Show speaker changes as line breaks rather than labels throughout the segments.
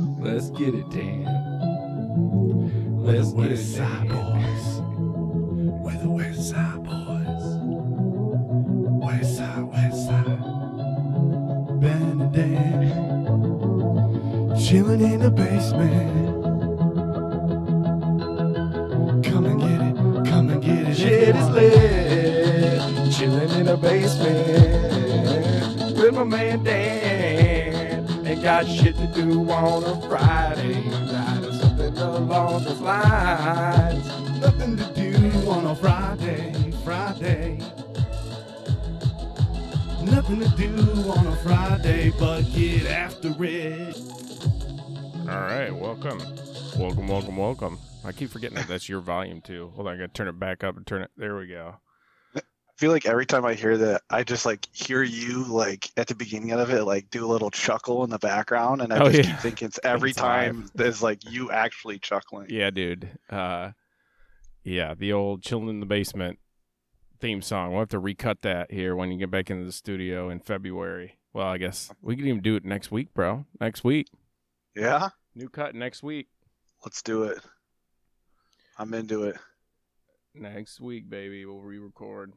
Let's get it, Dan. Let's get it, Dan.
boys. We're the West Side boys. West Side, West Side. Ben and Dan. Chilling in the basement. Come and get it, come and get it. Shit is lit. Chilling in the basement with my man Dan. Ain't got shit to do on a Friday night or something along those lines. Nothing to do on a Friday, Friday. Nothing to do on a Friday but get after it.
All right, welcome, welcome, welcome, welcome. I keep forgetting that that's your volume too. Hold on, I gotta turn it back up and turn it. There we go.
I feel like every time I hear that, I just like hear you like at the beginning of it, like do a little chuckle in the background, and I
Oh,
just
yeah.
keep thinking it's every
It's live.
time there's like you actually chuckling.
Yeah, dude. Uh, yeah, the old "Chilling in the Basement" theme song. We'll have to recut that here when you get back into the studio in February. Well, I guess we can even do it next week, bro. Next week,
Yeah,
new cut next week.
let's do it. I'm into it.
Next week, baby, we'll re-record.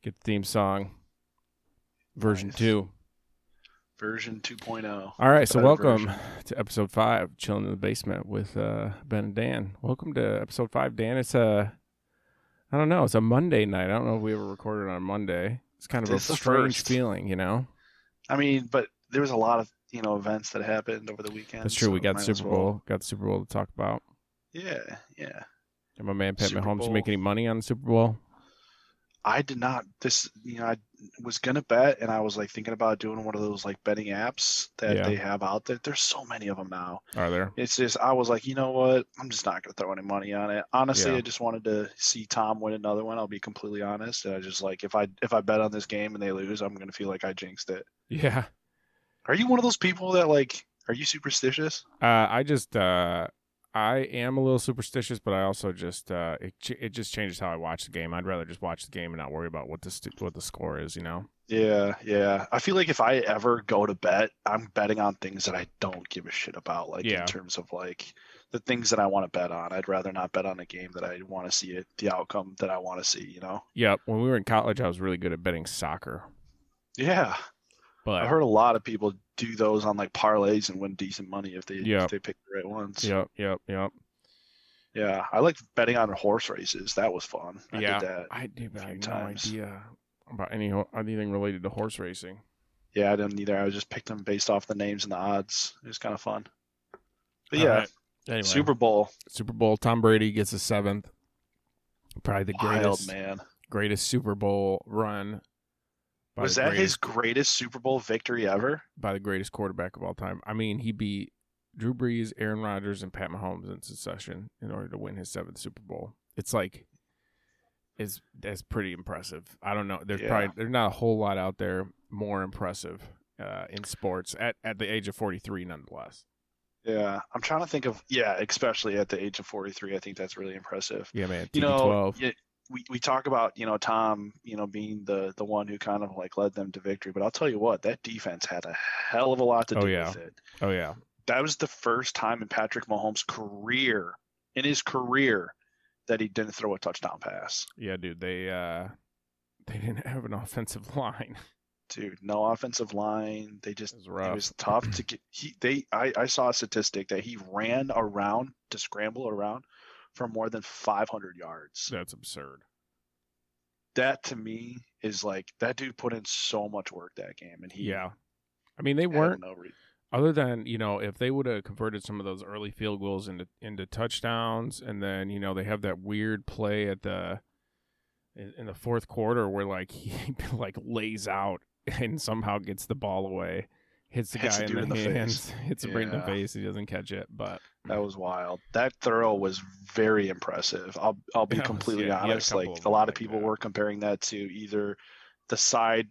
Get the theme song, version
Nice.
two.
Version oh. 2.0.
All right, so
Better
welcome
version.
to episode five, chilling in the basement with uh, Ben and Dan. Welcome to episode five, Dan. It's a, I don't know, it's a Monday night. I don't know if we ever recorded on a Monday. It's kind of
It's
a
the
strange
first.
feeling, you know.
I mean, but there was a lot of you know events that happened over the weekend.
That's true. we
so
got
might
the
as
Super
well-
Bowl. Got the Super Bowl to talk about.
Yeah, yeah.
Did my man Pat
Super
Mahomes
Bowl.
make any money on the Super Bowl?
I did not. This you know I was gonna bet, and I was like thinking about doing one of those like betting apps that
Yeah.
they have out there. There's so many of them now.
Are there?
It's just I was like, you know what? I'm just not gonna throw any money on it. Honestly,
Yeah.
I just wanted to see Tom win another one. I'll be completely honest. And I just like if I if I bet on this game and they lose, I'm gonna feel like I jinxed it.
Yeah.
Are you one of those people that like? Are you superstitious?
Uh, I just uh, I am a little superstitious, but I also just uh, it ch- it just changes how I watch the game. I'd rather just watch the game and not worry about what the st- what the score is, you know.
Yeah, yeah. I feel like if I ever go to bet, I'm betting on things that I don't give a shit about, like
Yeah.
in terms of like the things that I want to bet on. I'd rather not bet on a game that I want to see it, the outcome that I want to see, you know?
Yep. When we were in college, I was really good at betting soccer,
Yeah.
but
I heard a lot of people do those on like parlays and win decent money if they
Yeah.
if they pick the right ones.
yep, yep, yep.
Yeah. I like betting on horse races. That was fun. I
Yeah.
did that.
I do, but I
few
have no
times.
idea about any ho- anything related to horse racing.
Yeah, I didn't either. I was just picked them based off the names and the odds. It was kind of fun. But
All
yeah,
right. Anyway,
Super Bowl.
Super Bowl. Tom Brady gets a seventh. Probably the
Wild
greatest
man.
greatest Super Bowl run. by
Was
the
that his
greatest-
greatest Super Bowl victory ever?
by the greatest quarterback of all time? I mean, he beat Drew Brees, Aaron Rodgers, and Pat Mahomes in succession in order to win his seventh Super Bowl. It's like it's that's pretty impressive. I don't know. There's
Yeah.
probably there's not a whole lot out there more impressive uh, in sports at, at the age of 43, nonetheless.
Yeah, I'm trying to think of yeah, especially at the age of 43, I think that's really impressive.
Yeah, man.
You know,
12.
yeah, we we talk about you know Tom, you know being the the one who kind of like led them to victory, but I'll tell you what, that defense had a hell of a lot to
Oh,
do
yeah.
with it.
Oh yeah.
That was the first time in Patrick Mahomes' career, in his career, that he didn't throw a touchdown pass.
Yeah, dude. They uh, they didn't have an offensive line.
Dude, no offensive line. They just
It was rough.
It was tough to get. He they I, I saw a statistic that he ran around to scramble around for more than 500 yards.
that's absurd.
That to me is like that dude put in so much work that game, and he
Yeah. I mean, they
had
weren't
no re-
other than you know if they would have converted some of those early field goals into into touchdowns and then you know they have that weird play at the in, in the fourth quarter where like he like lays out and somehow gets the ball away hits the
Hits
guy in
the dude
the,
in the
hands hits him right in the
Yeah.
face he doesn't catch it but
That was wild. That throw was very impressive. I'll I'll be
Yeah, it was-
completely
yeah, he had a
honest. Like
couple of
a lot
like
of people
that.
were comparing that to either the side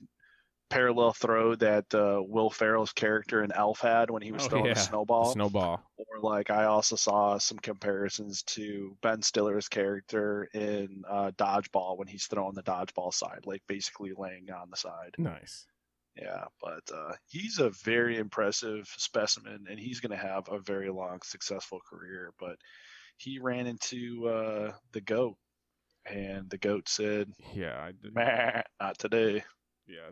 parallel throw that uh, Will Farrell's character in Elf had when he was
Oh,
throwing
yeah.
a
The the
snowball.
snowball
or like I also saw some comparisons to Ben Stiller's character in uh, Dodgeball when he's throwing the dodgeball side, like basically laying on the side.
nice
Yeah, but uh, he's a very impressive specimen, and he's going to have a very long, successful career. But he ran into uh, the goat, and the goat said,
Yeah, I did.
"Meh, "Not today."
yeah,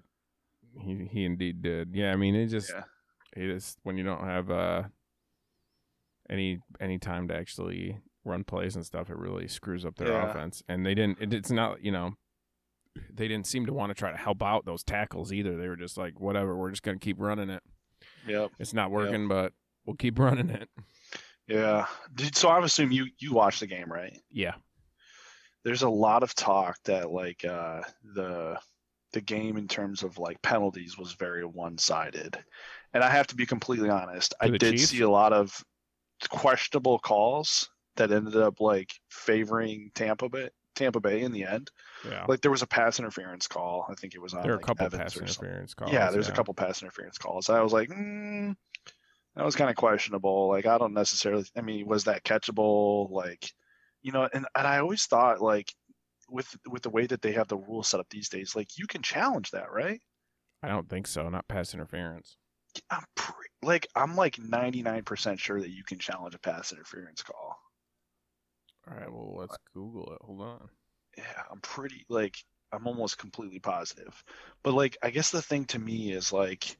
he he indeed did. Yeah, I mean, it just
Yeah.
it is when you don't have uh any any time to actually run plays and stuff, it really screws up their
Yeah.
offense. And they didn't. It, it's not you know. They didn't seem to want to try to help out those tackles either. They were just like, whatever, we're just going to keep running it.
Yep.
It's not working, but we'll keep running it.
Yeah. Did, so I assume you you watched the game, right?
Yeah.
There's a lot of talk that like uh, the the game in terms of like penalties was very one sided, and I have to be completely honest. I
the
did
Chiefs?
see a lot of questionable calls that ended up like favoring Tampa Bay. Tampa Bay in the end.
Yeah.
Like there was a pass interference call. I think it was on
Oh. there are
uh, like,
a couple
Evans
pass
or something.
interference calls.
yeah, there's a couple pass interference calls. I was like, mm, that was kind of questionable. Like, I don't necessarily. I mean, was that catchable? Like, you know, and, and I always thought like with with the way that they have the rules set up these days, like you can challenge that, right?
I don't think so. Not pass interference.
I'm pre- like I'm like 99% sure that you can challenge a pass interference call.
All right. Well, let's Google it. Hold on.
yeah, I'm pretty like I'm almost completely positive. But like I guess the thing to me is like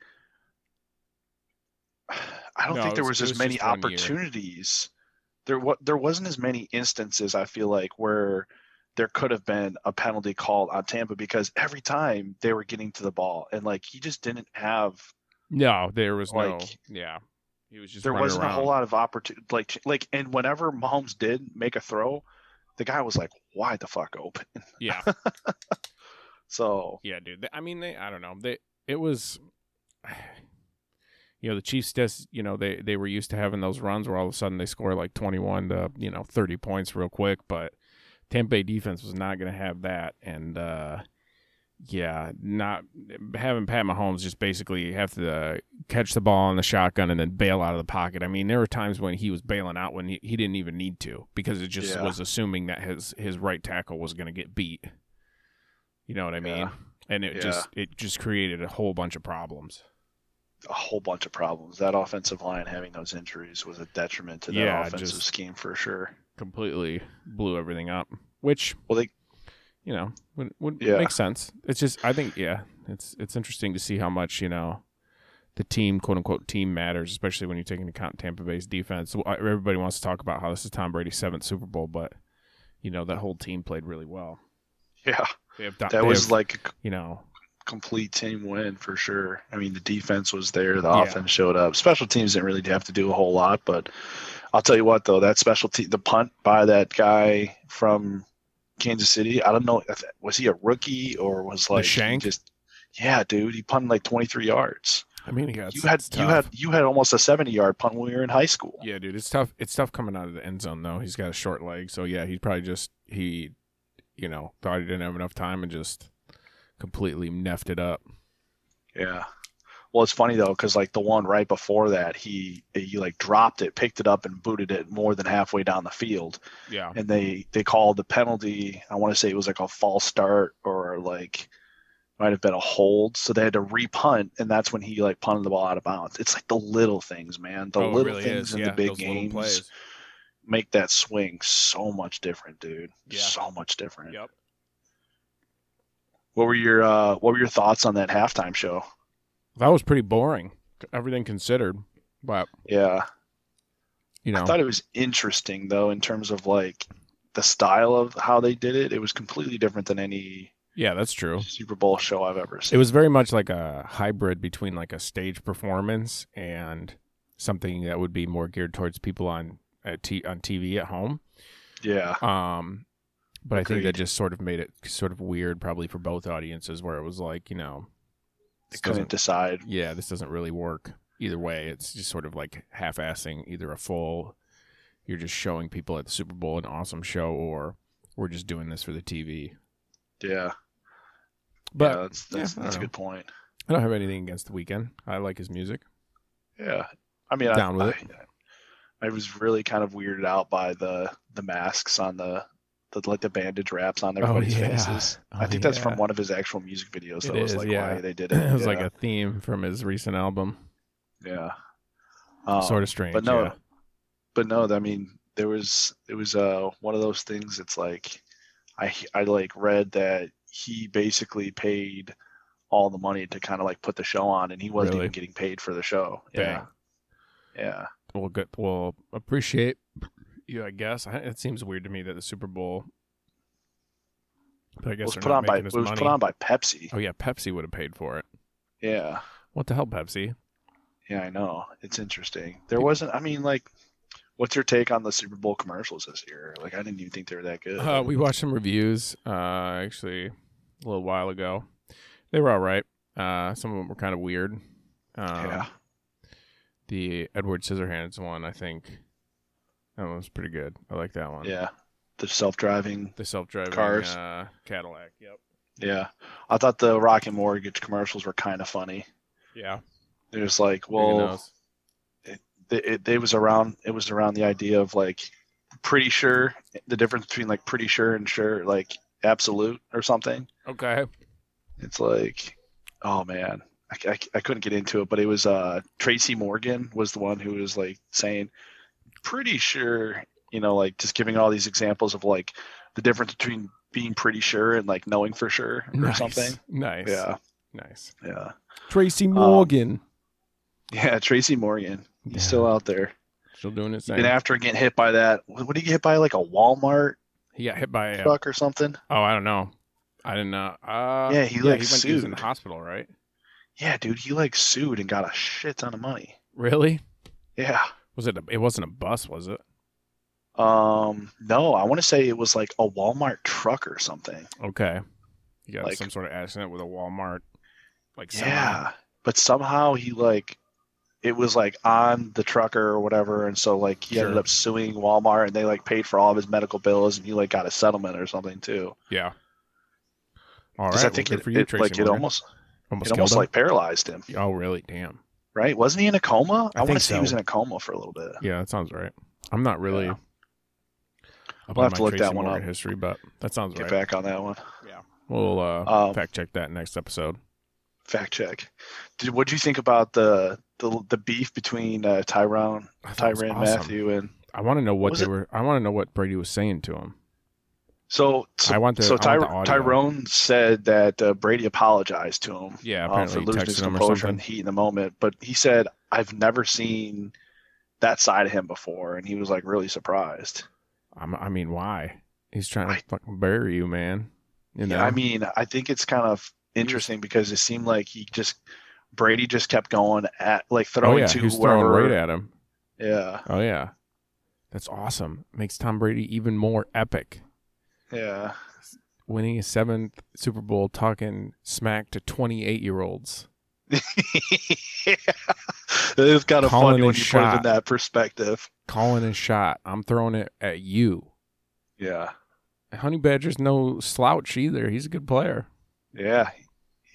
I don't
No,
think
it
there
was-
was,
it was
as many
just one year.
opportunities. There what there wasn't as many instances I feel like where there could have been a penalty called on Tampa because every time they were getting to the ball and like he just didn't have
No, there was no.
Like-
Yeah. He was just.
there
running
wasn't
around.
a whole lot of opportunity like like and whenever Mahomes did make a throw, the guy was like wide the fuck open.
Yeah.
So
Yeah, dude. They- I mean, they. I don't know. They. It was. You know, the Chiefs just. You know, they they were used to having those runs where all of a sudden they score like twenty one to you know thirty points real quick, but Tampa Bay defense was not going to have that, and uh yeah, not having Pat Mahomes just basically have to catch the ball on the shotgun and then bail out of the pocket. I mean, there were times when he was bailing out when he, he didn't even need to because it just
Yeah.
was assuming that his his right tackle was going to get beat. You know what I mean?
Yeah.
And it
Yeah.
just it just created a whole bunch of problems.
a whole bunch of problems. That offensive line having those injuries was a detriment to that
Yeah,
offensive
just-
scheme for sure.
Completely blew everything up, which
Well, they
you know would would
Yeah.
make sense. It's just I think yeah, it's it's interesting to see how much you know the team quote unquote team matters, especially when you take into account Tampa Bay's defense. So, I- Everybody wants to talk about how this is Tom Brady's seventh Super Bowl, but you know that whole team played really well.
yeah,
They have, Don-
that
Uh, they
was
have,
like a c-
you know
complete team win for sure. I mean, the defense was there, the
Yeah.
offense showed up. Special teams didn't really have to do a whole lot, but I'll tell you what though, that special team, the punt by that guy from Kansas City, I don't know, if, was he a rookie or was like he
shank?
Just yeah, dude, he punted like 23 yards.
I mean yeah, it's,
you had
it's
you
tough.
had you had almost a 70 yard punt when we were in high school.
Yeah, dude, it's tough. It's tough coming out of the end zone though. He's got a short leg, so yeah, he's probably just he, you know, thought he didn't have enough time and just completely neffed it up.
Yeah. Well, it's funny though, because like the one right before that, he he like dropped it, picked it up, and booted it more than halfway down the field,
Yeah,
and they they called the penalty. I want to say it was like a false start or like might have been a hold, so they had to repunt, and that's when he like punted the ball out of bounds. It's like the little things, man. The
Oh, it
little
really
things
is.
in
yeah,
the big
those little
games
plays.
make that swing so much different, dude.
Yeah.
So much different.
Yep.
What were your uh, what were your thoughts on that halftime show?
That was pretty boring, everything considered. But
Yeah.
you know,
I thought it was interesting though in terms of like the style of how they did it. It was completely different than any
yeah, that's true.
Super Bowl show I've ever
It
seen.
was very much like a hybrid between like a stage performance and something that would be more geared towards people on at t- on TV at home.
yeah,
Um, but I think
Agreed.
that just sort of made it sort of weird, probably for both audiences, where it was like, you know,
they
this
couldn't
doesn't,
decide.
yeah, this doesn't really work either way. It's just sort of like half-assing either a full, you're just showing people at the Super Bowl an awesome show, or we're just doing this for the TV.
Yeah, yeah,
But
that's that's,
yeah, I
that's a
don't
good point.
I don't have anything against the weekend. I like his music.
Yeah, I mean,
Down
I,
with
I, I was really kind of weirded out by the the masks on the the like the bandage wraps on
Oh,
everybody's
yeah.
faces. I
Oh,
think that's from
yeah.
one of his actual music videos. So
It
it was
is,
like
yeah.
why they did it.
it was like
yeah.
a theme from his recent album.
yeah. Um,
sort of strange.
but no,
yeah.
but no, I mean, there was it was uh one of those things. It's like I I like read that he basically paid all the money to kind of like put the show on, and he wasn't
Really?
even getting paid for the show.
Dang.
Yeah, yeah,
We'll get, we'll appreciate you, I guess. I, it seems weird to me that the Super Bowl. But I
it
guess
was
they're
put
not
on by it
making
was
as money.
put on by Pepsi.
Oh yeah, Pepsi would have paid for it.
Yeah,
What the hell, Pepsi?
yeah, I know. It's interesting. There wasn't. I mean, like, what's your take on the Super Bowl commercials this year? Like, I didn't even think they were that good.
Uh, we watched some reviews uh, actually a little while ago. They were all right. Uh, some of them were kind of weird. Um,
yeah,
The Edward Scissorhands one, I think, that one was pretty good. I like that one.
yeah, the self-driving
The self-driving
Cars.
Uh, Cadillac. Yep.
Yeah, I thought the Rocket Mortgage commercials were kind of funny.
Yeah.
It was like,
digging
well,
those.
it, it, it was around it was around the idea of like pretty sure the difference between like pretty sure and sure like absolute or something.
Okay.
It's like, oh man, I, c- I c- I couldn't get into it, but it was uh Tracy Morgan was the one who was like saying, pretty sure, you know, like just giving all these examples of like the difference between being pretty sure and like knowing for sure or
nice.
something.
Nice.
Yeah,
Nice.
yeah. Um,
Tracy
Morgan. Yeah, Tracy Morgan. He's
Yeah.
still out there.
Still doing his
Been
thing.
after getting hit by that. What did he get hit by? Like a Walmart
he got hit by a.
truck or something?
Oh, I don't know. I didn't know. Uh,
Yeah, he,
yeah,
like,
he, went, he was in the
sued.
hospital, right?
Yeah, dude, he like sued and got a shit ton of money.
Really?
Yeah.
Was it? A, it wasn't a bus, was it?
Um, no, I want to say it was like a Walmart truck or something.
Okay. You got
Like-
some sort of accident with a Walmart. Like semi.
Yeah. But somehow he like it was like on the trucker or whatever, and so like he ended
Sure.
up suing Walmart, and they like paid for all of his medical bills, and he like got a settlement or something too.
Yeah. All right.
'Cause
well,
I think
good
it,
for you,
it,
Tracy
like it
Morgan.
almost
almost,
it almost
killed
like paralyzed him.
him? Oh, really? Damn.
right? Wasn't he in a coma?
I
I, want
think
to say he was
so.
in a coma for a little bit.
Yeah, that sounds right. I'm not really.
Yeah.
up
We'll
on
have to
my
look that
Tracy
one
Morgan
up.
History, but that sounds
Get
right.
back on that one.
We'll uh,
Um,
fact check that next episode.
Fact check. Did what do you think about the the, the beef between uh, Tyrone,
I thought it was
Tyron
awesome.
Matthew, and
I want to know what
Was
they
it-
were. I want to know what Brady was saying to him.
so so,
I want the.
so
I want the
Ty-
audio.
Tyrone said that uh, Brady apologized to him
Yeah,
uh,
apparently
for
he
losing
texted
his
him or
composure and
something.
heat in the moment, but he said I've never seen that side of him before, and he was like really surprised.
I'm, I mean, why? He's trying to
I-
fucking bury you, man. You know.
Yeah, I mean, I think it's kind of interesting because it seemed like he just Brady just kept going at like
oh
throwing
yeah,
to
he's
whoever.
throwing right at him.
Yeah,
Oh yeah, that's awesome. Makes Tom Brady even more epic.
yeah,
Winning his seventh Super Bowl, talking smack to 28 year olds.
It's kind of
Calling
funny when
his
you put it
shot.
in that perspective.
calling his shot. I'm throwing it at you.
Yeah,
Honey Badger's no slouch either. He's a good player.
yeah,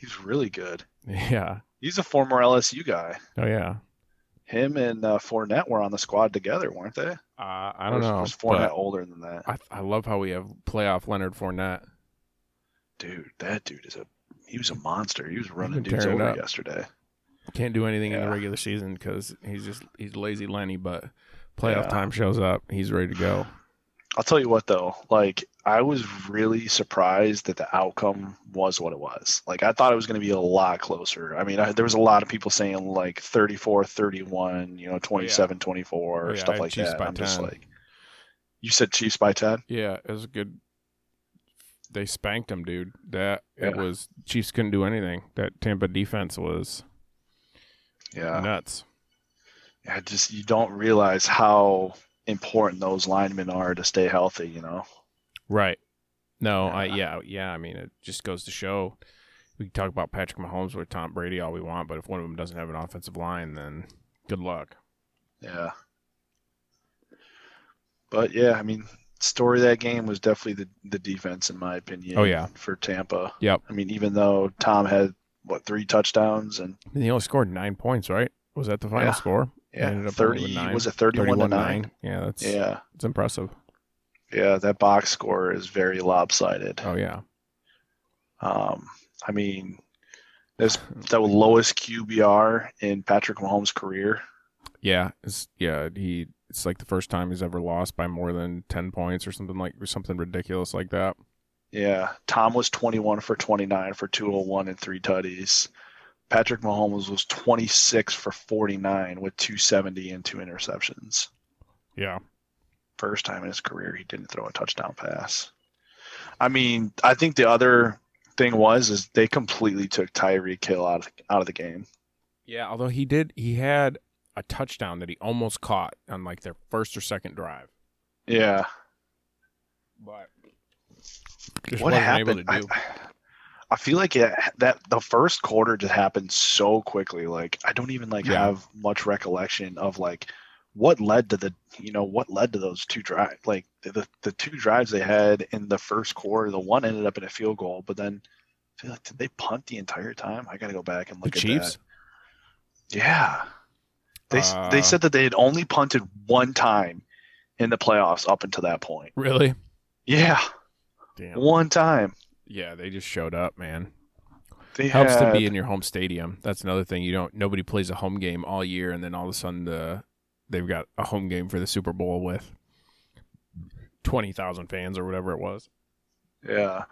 he's really good.
Yeah.
He's a former LSU guy.
Oh yeah.
Him and uh, Fournette were on the squad together, weren't they?
Uh, I don't
Or was-
know.
Was Fournette
but
older than that?
I, I love how we have playoff Leonard Fournette.
Dude, that dude is a he was a monster. He was
been
running dudes
tearing it
over
up.
yesterday.
Can't do anything in the
Yeah.
regular season because he's just he's lazy Lenny. But playoff
Yeah.
time shows up, he's ready to go.
I'll tell you what though, like I was really surprised that the outcome was what it was. Like I thought it was going to be a lot closer. I mean, I, there was a lot of people saying like 34 31, you know, 27 24
Oh, yeah, I
stuff
had
like
Chiefs
that.
by
I'm just
10.
like You said Chiefs by 10?
Yeah, it was a good. They spanked him, dude. That it
Yeah.
was Chiefs couldn't do anything. That Tampa defense was
Yeah.
nuts.
I just you don't realize how important those linemen are to stay healthy, you know.
Right. No, I
Yeah.
yeah, yeah. I mean, it just goes to show we can talk about Patrick Mahomes or Tom Brady all we want, but if one of them doesn't have an offensive line, then good luck.
Yeah. But yeah, I mean, story of that game was definitely the, the defense, in my opinion.
Oh, yeah.
For Tampa.
Yep.
I mean, even though Tom had what three touchdowns and
And he only scored nine points, right? Was that the final
Yeah.
score?
yeah,
Ended up only with
thirty
nine.
was it thirty-one to nine?
Yeah, that's
Yeah,
it's impressive.
Yeah, that box score is very lopsided.
Oh yeah.
Um, I mean, that's the lowest QBR in Patrick Mahomes' career.
Yeah, it's yeah, he it's like the first time he's ever lost by more than 10 points or something like or something ridiculous like that.
Yeah, Tom was 21 for 29 for 201 and three tutties. Patrick Mahomes was 26 for 49 with 270 and two interceptions.
Yeah.
First time in his career he didn't throw a touchdown pass. I mean, I think the other thing was is they completely took Tyreek Hill out of, out of the game.
Yeah, although he did he had a touchdown that he almost caught on like their first or second drive.
Yeah.
But just
what
wasn't
happened?
able to do.
I, I feel like it, that the first quarter just happened so quickly. Like I don't even like
Yeah.
have much recollection of like what led to the you know what led to those two drive like the, the the two drives they had in the first quarter. The one ended up in a field goal, but then I feel like did they punt the entire time? I gotta go back and
the
look at
Chiefs?
that. Yeah, they s they
Uh,
said that they had only punted one time in the playoffs up until that point.
Really?
Yeah,
Damn.
one time.
Yeah, they just showed up, man.
They
helps to
had-
be in your home stadium. That's another thing. You don't nobody plays a home game all year, and then all of a sudden the they've got a home game for the Super Bowl with twenty thousand fans or whatever it was.
Yeah.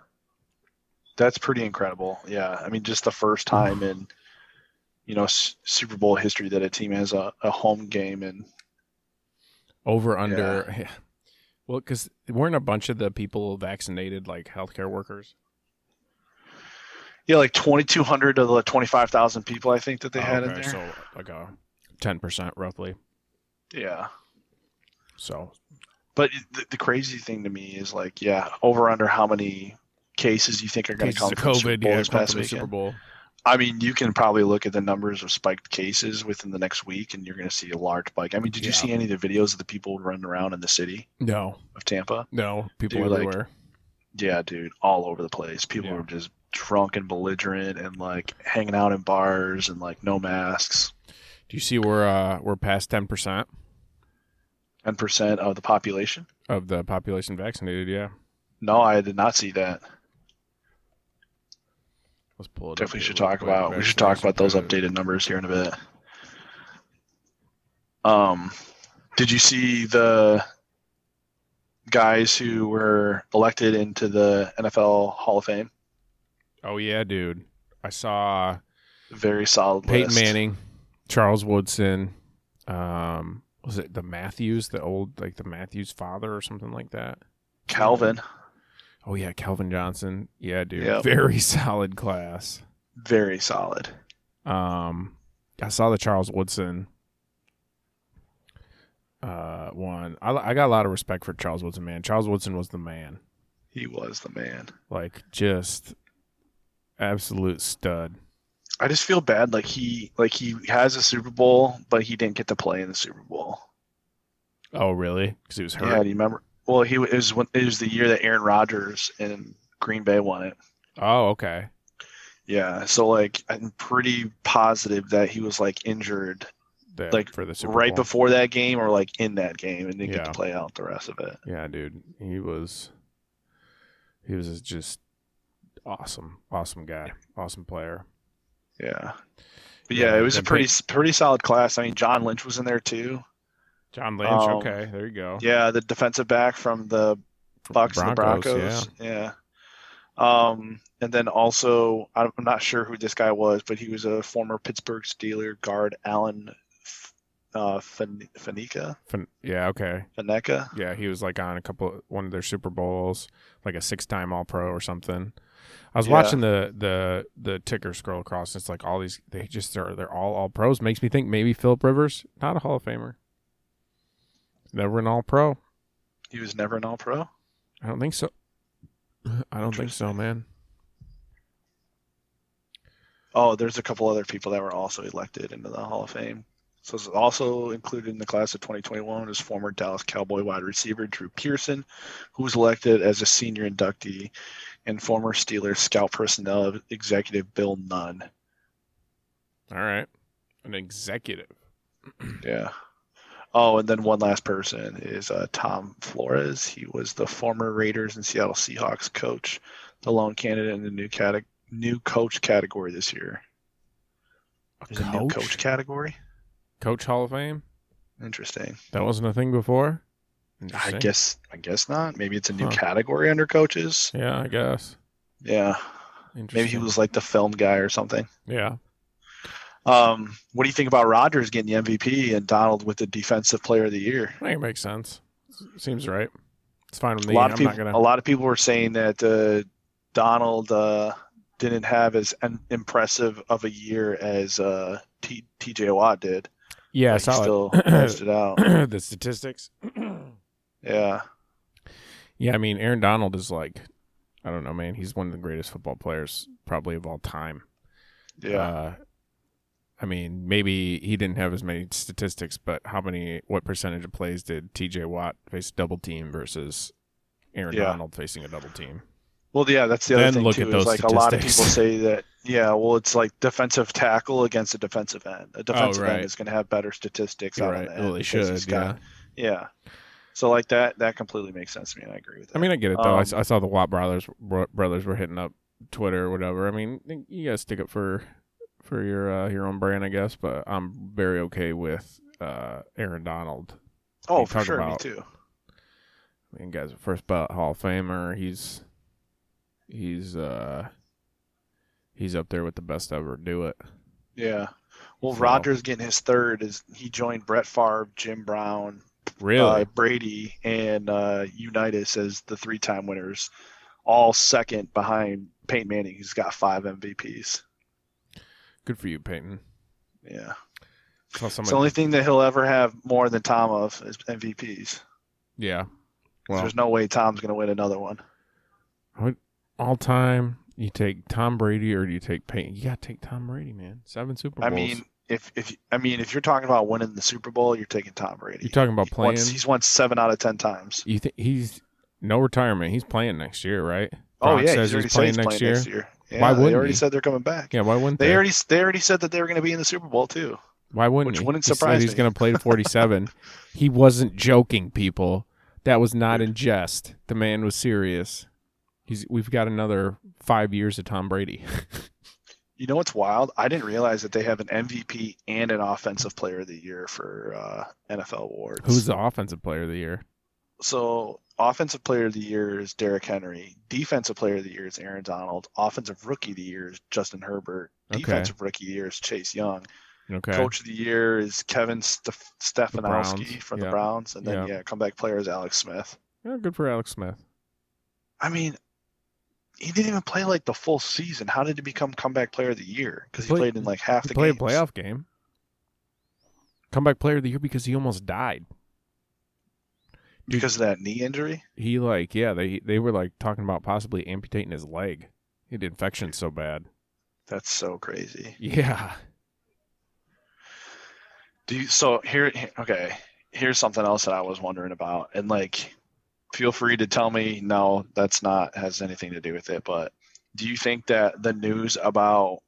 That's pretty incredible. Yeah. I mean, just the first time in, you know, S- Super Bowl history that a team has a, a home game. And
Over under. Well, because weren't a bunch of the people vaccinated like healthcare workers?
yeah, like 2,200 of the 25,000 people I think that they
Oh,
had in
okay,
there.
So like a ten percent roughly.
Yeah.
So
But it- the, the crazy thing to me is like, yeah, over under how many cases you think are going to
cases
come
of
from the Super
COVID,
Bowl
yeah,
this
come
past
from the Super
weekend.
Bowl.
I mean, you can probably look at the numbers of spiked cases within the next week and you're going to see a large spike. I mean, did you
Yeah.
see any of the videos of the people running around in the city
No,
of Tampa?
no, people
Dude, like,
everywhere.
Yeah, dude, all over the place. People
Yeah.
were just drunk and belligerent and like hanging out in bars and like no masks.
Do you see we're uh, we're past ten percent
Ten percent of the population?
of the population vaccinated? Yeah,
No, I did not see that.
let's pull it. up
Definitely
here
should
real
talk
quick.
about we should talk about those
Vaccination
updated numbers here in a bit. Um did you see the guys who were elected into the NFL Hall of Fame?
Oh yeah, dude. I saw
Very solid
Peyton
list.
Manning, Charles Woodson, um was it the Matthews, the old like the Matthews father or something like that?
Calvin.
Oh yeah, Calvin Johnson. Yeah, dude.
Yep.
Very solid class.
Very solid.
Um I saw the Charles Woodson uh one. I I got a lot of respect for Charles Woodson, man. Charles Woodson was the man.
He was the man.
Like just absolute stud.
I just feel bad. Like he, like he has a Super Bowl, but he didn't get to play in the Super Bowl.
Oh really? Cuz he was hurt.
Yeah, do you remember? Well, he it was when it was the year that Aaron Rodgers and Green Bay won it.
Oh, okay.
Yeah, so like I'm pretty positive that he was like injured
That-
Like,
for the Super
right
Bowl.
before that game or like in that game and didn't get
Yeah.
to play out the rest of it.
Yeah, dude, he was he was just awesome, awesome guy, awesome player.
Yeah, but yeah,
Yeah,
it was a
then
pretty pretty solid class. I mean, John Lynch was in there too.
John Lynch,
Um,
okay, there you go.
Yeah, the defensive back from the
From
Bucks and the Broncos. Yeah. Um, and then also, I'm not sure who this guy was, but he was a former Pittsburgh Steeler guard, Alan F- uh, Fin- Faneca.
Fin- yeah, okay,
Faneca.
yeah, he was like on a couple, one of their Super Bowls, like a six-time All-Pro or something. I was
Yeah.
watching the the the ticker scroll across. And it's like all these, they just are they're all All-Pros. Makes me think maybe Philip Rivers not a Hall of Famer, never an All-Pro.
He was never an All Pro.
I don't think so. I don't think so, man.
Oh, there's a couple other people that were also elected into the Hall of Fame. So it's also included in the class of 2021 is former Dallas Cowboy wide receiver Drew Pearson, who was elected as a senior inductee, and former Steelers scout personnel executive Bill Nunn.
All right, an executive.
Yeah. Oh, and then one last person is uh, Tom Flores. He was the former Raiders and Seattle Seahawks coach, the lone candidate in the new cate- new coach category this year. There's a new coach category.
Coach Hall of Fame.
Interesting.
That wasn't a thing before.
I
Interesting.
guess I guess not. Maybe it's a new
Huh.
category under coaches.
Yeah, I guess.
Yeah.
Interesting.
Maybe he was like the film guy or something.
Yeah.
Um, what do you think about Rodgers getting the MVP and Donald with the defensive player of the year?
I think it makes sense. Seems right. It's fine with
A
me.
lot
I'm
of
not
people
gonna.
a lot of people were saying that uh, Donald uh, didn't have as un- impressive of a year as uh, T- TJ Watt did.
yeah,
Like, he
solid.
still passed it out.
the statistics.
Yeah.
Yeah, I mean, Aaron Donald is like, I don't know, man. He's one of the greatest football players probably of all time.
Yeah.
Uh, I mean, maybe he didn't have as many statistics, but how many, what percentage of plays did TJ Watt face a double team versus Aaron
Yeah.
Donald facing a double team?
Well, yeah, that's the other
Then
thing
look
too.
at
is
those
like a lot of people
statistics.
say that. Yeah, well, it's like defensive tackle against a defensive end. A defensive
Oh, right.
end is going to have better statistics. out on
Right.
the
Well,
end
they
because he's
should.
got-
Yeah.
yeah. So like that, that completely makes sense to me. and I agree with that.
I mean, I get it though. I
Um,
s I I, saw the Watt brothers bro- brothers were hitting up Twitter or whatever. I mean, think you guys stick up for for your uh, your own brand, I guess. But I'm very okay with uh, Aaron Donald.
oh,
you
for
talk
sure, me
about-
too.
I mean, guy's a first ballot Hall of Famer. He's he's uh he's up there with the best ever. Do it.
Yeah. Well,
So-
Rogers getting his third is he joined Brett Favre, Jim Brown,
Really?
uh, Brady, and uh, Unitas as the three-time winners, all second behind Peyton Manning, who's got five MVPs.
Good for you, Peyton.
Yeah.
Saw
It's
somebody-
the only thing that he'll ever have more than Tom of is MVPs. 'Cause
yeah. Well,
There's no way Tom's going to win another one.
all time. You take Tom Brady or do you take Peyton? You gotta take Tom Brady, man. Seven Super
I
Bowls.
mean, if if I mean if you're talking about winning the Super Bowl, you're taking Tom Brady.
you're talking about
He
playing.
won- he's won seven out of ten times.
You think he's no retirement? He's playing next year, right?
Oh
Brock
yeah,
says
he's already
he's
said
playing
he's
next
playing next year. Yeah,
Why
they
wouldn't
already
he?
said they're coming back.
Yeah, why wouldn't
They
they?
already they already said that they were going to be in the Super Bowl too.
why wouldn't
which
he?
wouldn't
He said
surprise
he's
me.
going to play to 47. he wasn't joking, people. That was not in jest. The man was serious. He's we've got another 5 years of Tom Brady.
You know what's wild? I didn't realize that they have an MVP and an Offensive Player of the Year for uh, NFL awards.
Who's the offensive player of the year?
so offensive player of the year is Derrick Henry. Defensive player of the year is Aaron Donald. Offensive rookie of the year is Justin Herbert.
Okay.
Defensive rookie of the year is Chase Young.
Okay.
Coach of the year is Kevin Stef-
The
Stefanowski
Browns,
from
yeah.
the Browns, and then
Yeah.
yeah. comeback player is Alex Smith.
Yeah, good for Alex Smith.
I mean, he didn't even play like the full season. How did he become comeback player of the year? Because he
Play-
played in like half
He
the
played
games.
a playoff game. Comeback player of the year because he almost died.
because of that knee injury.
He like yeah, they they were like talking about possibly amputating his leg. He had infection so bad.
That's so crazy.
Yeah.
Do you, so here okay, here's something else that I was wondering about and like feel free to tell me no, that's not has anything to do with it, but do you think that the news about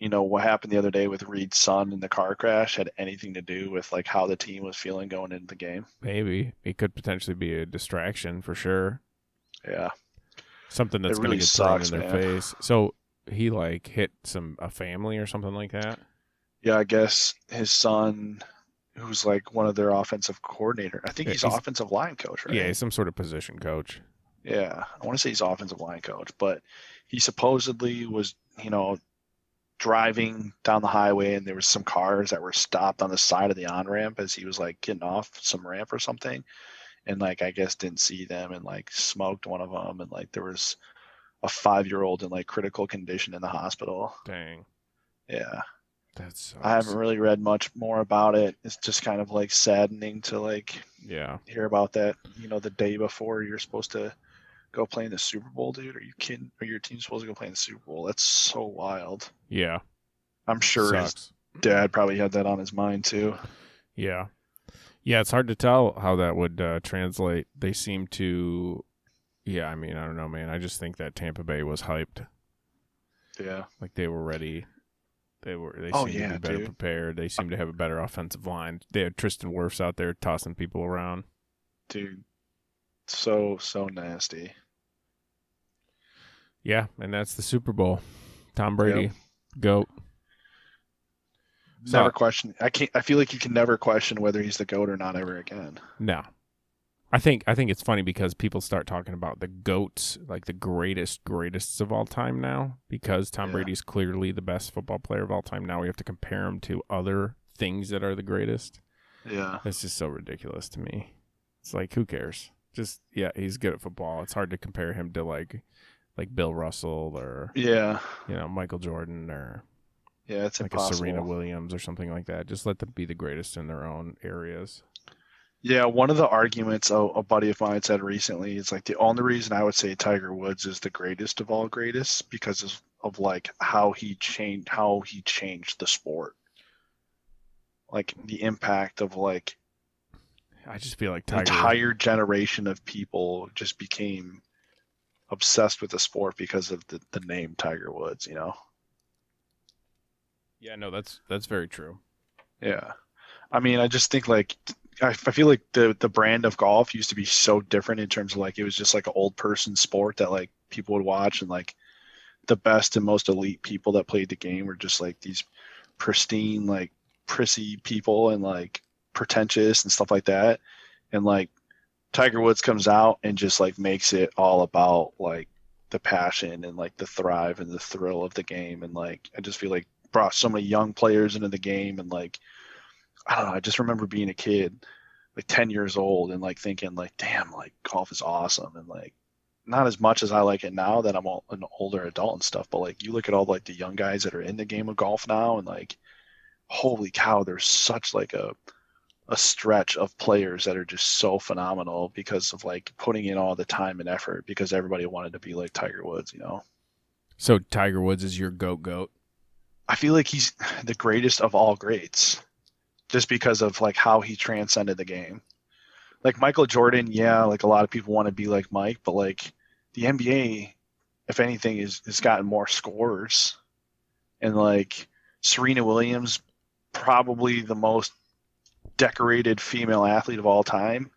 you know what happened the other day with Reed's son in the car crash had anything to do with like how the team was feeling going into the game?
Maybe it could potentially be a distraction for sure.
Yeah.
Something that's
It
going to
really
get thrown
sucks,
in their
man.
face. So he like hit some a family or something like that.
Yeah, I guess his son who's like one of their offensive coordinator. I think
Yeah,
he's,
he's-
offensive line coach, right?
Yeah, he's some sort of position coach.
Yeah, I want to say he's offensive line coach, but he supposedly was, you know, driving down the highway and there was some cars that were stopped on the side of the on ramp as he was like getting off some ramp or something, and like I guess didn't see them and like smoked one of them and like there was a five year old in like critical condition in the hospital.
Dang,
Yeah,
that's
I haven't really read much more about it. It's just kind of like saddening to like
yeah.
hear about that, you know, the day before you're supposed to go play in the Super Bowl, dude. Are you kidding? Are your team supposed to go play in the Super Bowl? That's so wild.
Yeah,
I'm sure his
sucks.
dad probably had that on his mind too.
Yeah, yeah. It's hard to tell how that would uh, translate. They seem to. Yeah, I mean, I don't know, man. I just think that Tampa Bay was hyped,
Yeah.
like they were ready. They were they
Oh,
seemed to
yeah,
be better
dude.
prepared. They seemed to have a better offensive line. They had Tristan Wirfs out there tossing people around.
dude. So so nasty.
Yeah, and that's the Super Bowl. Tom Brady, goat. So-
Never question. I can't. I feel like you can never question whether he's the goat or not ever again.
No. I think I think it's funny because people start talking about the goats, like the greatest greatest of all time now, because Tom
Yeah.
Brady's clearly the best football player of all time. Now we have to compare him to other things that are the greatest.
Yeah.
That's just so ridiculous to me. It's like who cares? Just yeah, he's good at football. It's hard to compare him to like like Bill Russell or
Yeah.
you know Michael Jordan or
Yeah. It's
like a
impossible.
Serena Williams or something like that. Just let them be the greatest in their own areas.
Yeah, one of the arguments a, a buddy of mine said recently is like the only reason I would say Tiger Woods is the greatest of all greatest because of, of like how he changed how he changed the sport. Like the impact of like
I just feel like
an
Tiger
entire generation of people just became obsessed with the sport because of the, the name Tiger Woods, you know?
Yeah, no, that's that's very true.
Yeah. I mean, I just think like I, I feel like the the brand of golf used to be so different in terms of like it was just like an old person sport that like people would watch and like the best and most elite people that played the game were just like these pristine like prissy people and like pretentious and stuff like that and like Tiger Woods comes out and just like makes it all about like the passion and like the thrive and the thrill of the game and like I just feel like brought so many young players into the game and like I don't know, I just remember being a kid, like ten years old and like thinking like, damn, like golf is awesome and like not as much as I like it now that I'm all, an older adult and stuff, but like you look at all like the young guys that are in the game of golf now and like holy cow, there's such like a a stretch of players that are just so phenomenal because of like putting in all the time and effort because everybody wanted to be like Tiger Woods, you know.
So Tiger Woods is your goat goat.
I feel like he's the greatest of all greats just because of like how he transcended the game. Like Michael Jordan, yeah, like a lot of people want to be like Mike, but like the NBA, if anything, is has gotten more scores. And like Serena Williams, probably the most decorated female athlete of all time,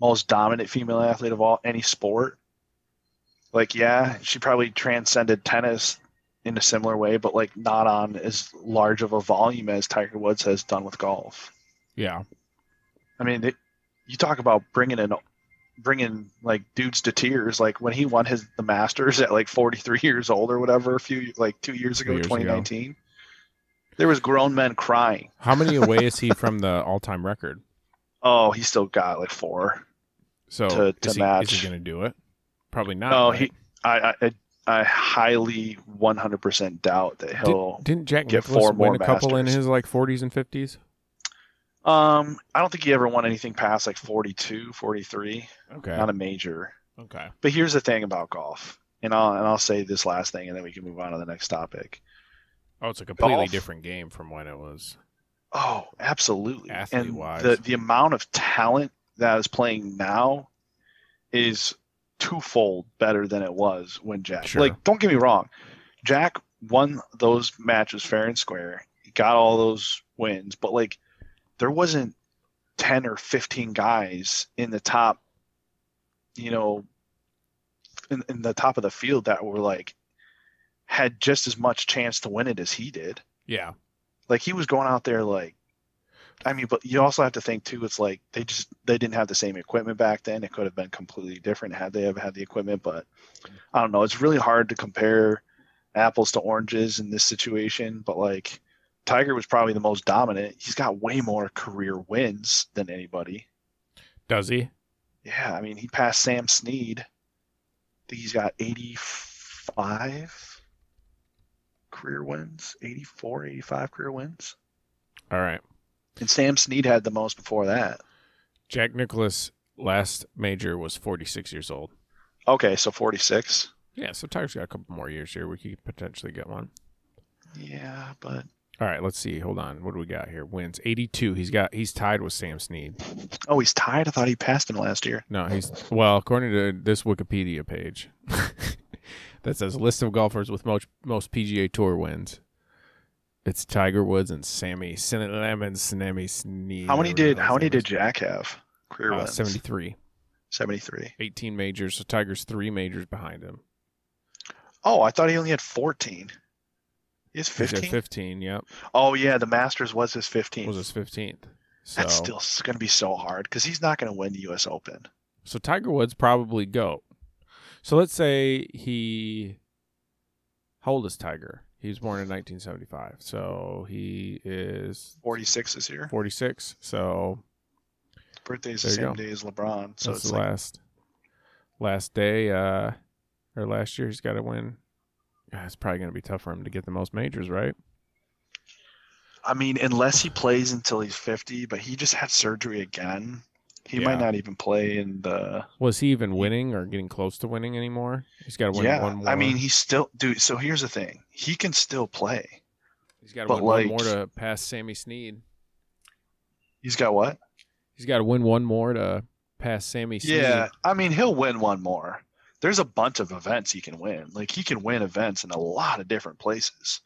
most dominant female athlete of all any sport. Like, yeah, she probably transcended tennis in a similar way, but like not on as large of a volume as Tiger Woods has done with golf.
Yeah.
I mean, it, you talk about bringing in, bringing like dudes to tears. Like when he won his the Masters at like 43 years old or whatever, a few like two years ago,
Years ago.
2019, there was grown men crying.
How many away is he from the all time record?
Oh, he still got like four.
So
To- to
is, he, is
match.
he gonna do it? Probably not.
no,
Oh, right?
Oh, he, I, I, I highly 100% doubt that he'll.
didn't Jack
get
Nicklaus
four
win
more
a couple in
Masters.
his like forties and fifties?
um, I don't think he ever won anything past like 42, 43.
Okay.
Not a major.
okay.
But here's the thing about golf, and I'll and I'll say this last thing, and then we can move on to the next topic.
Oh, it's a completely
Golf.
different game from when it was.
Oh, absolutely. and
Athlete-wise.
the the amount of talent that is playing now is twofold better than it was when Jack.
Sure.
Like, don't get me wrong, Jack won those matches fair and square. He got all those wins, but like, there wasn't ten or fifteen guys in the top, you know, in, in the top of the field that were like had just as much chance to win it as he did
Yeah.
like he was going out there like i mean but you also have to think too it's like they just they didn't have the same equipment back then it could have been completely different had they ever had the equipment but i don't know it's really hard to compare apples to oranges in this situation but like tiger was probably the most dominant he's got way more career wins than anybody
Does he?
yeah i mean he passed sam snead i think he's got 85 career wins 84 85 career wins
All right.
and Sam Snead had the most before that.
Jack Nicholas last major was forty six years old.
Okay, so 46.
Yeah, so Tiger's got a couple more years here. We could potentially get one.
Yeah, but
All right, let's see. Hold on. What do we got here? Wins eighty two. He's got he's tied with Sam Snead.
oh, he's tied. I thought he passed him last year.
No, he's well, according to this Wikipedia page that says list of golfers with most most PGA Tour wins. It's Tiger Woods and Sammy Sinem and Sammy Uh, Sneed.
How many did How many did Jack have? Career
Uh,
wins.
73.
73.
18 majors. So Tiger's three majors behind him.
Oh, I thought he only had 14. He
He's
has
at
15.
15, yep.
Oh yeah, the Masters was his 15.
Was his 15th. So,
That's still going to be so hard because he's not going to win the U.S. Open.
so Tiger Woods probably GOAT. So let's say he. How old is Tiger? He was born in 1975. So he is
46 this year.
46. So
Birthday is the
There you
same
go.
day as LeBron, so
that's
it's
the
like,
last last day uh or last year he's got to win Yeah, it's probably going to be tough for him to get the most majors right
I mean, unless he plays until he's 50, but he just had surgery again. He might
Yeah.
not even play in the.
was he even winning or getting close to winning anymore he's got to win
yeah,
one more
I mean, he's still, dude. So here's the thing: he can still play.
he's got to
but
win
like-
one more to pass sammy sneed
He's got what?
he's got to win one more to pass sammy sneed
Yeah, I mean, he'll win one more. There's a bunch of events he can win. Like he can win events in a lot of different places,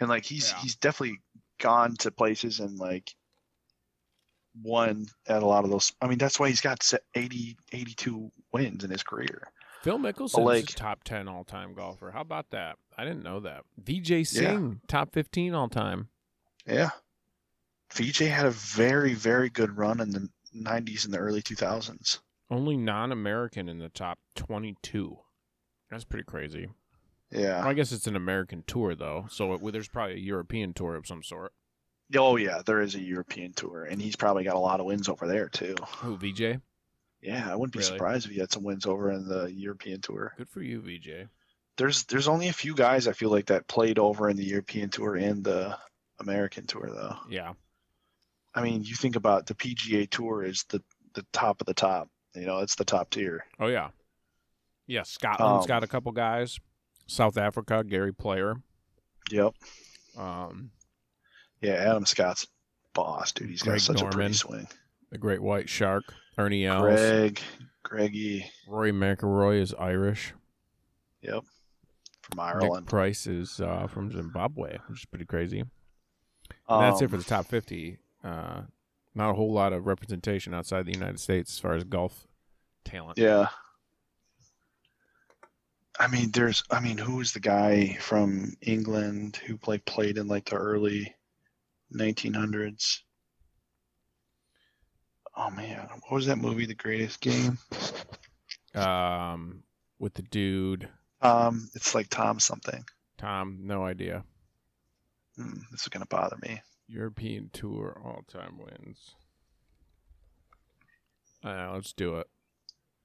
and like he's
Yeah.
he's definitely gone to places and like won at a lot of those. I mean, that's why he's got se- 80, 82 wins in his career.
phil mickelson
like-
is a top 10 all-time golfer how about that i didn't know that vj singh top 15 all-time
Yeah, VJ had a very very good run in the '90s and the early 2000s.
only non-american in the top 22 that's pretty crazy
Yeah.
Well, I guess it's an American tour though, so it, well, there's probably a European tour of some sort.
Oh yeah, there is a European tour, and he's probably got a lot of wins over there too.
Who VJ?
Yeah, I wouldn't be
Really?
surprised if he had some wins over in the European Tour.
Good for you, VJ.
There's there's only a few guys I feel like that played over in the European Tour and the American Tour though.
Yeah,
I mean, you think about the PGA Tour is the the top of the top. You know, it's the top tier.
oh yeah, yeah. Scotland's
Um,
got a couple guys. South Africa, Gary Player.
Yep.
Um,
Yeah, Adam Scott's boss, dude. He's got
Greg
such a
Norman.
pretty swing.
the Great White Shark, Ernie Els.
Greg, Greggy,
Rory McIlroy is Irish.
from
Nick
Ireland.
Price is uh, from Zimbabwe, which is pretty crazy. And that's it for
Um,
the top 50. Uh, not a whole lot of representation outside the United States as far as golf talent.
Yeah. I mean, there's. I mean, who is the guy from England who like played in like the early 1900s? Oh man, what was that movie? The Greatest Game.
Um, with the dude.
Um, it's like Tom something.
Tom, no idea.
Hmm, this is gonna bother me.
European Tour all time wins. Uh, let's do it.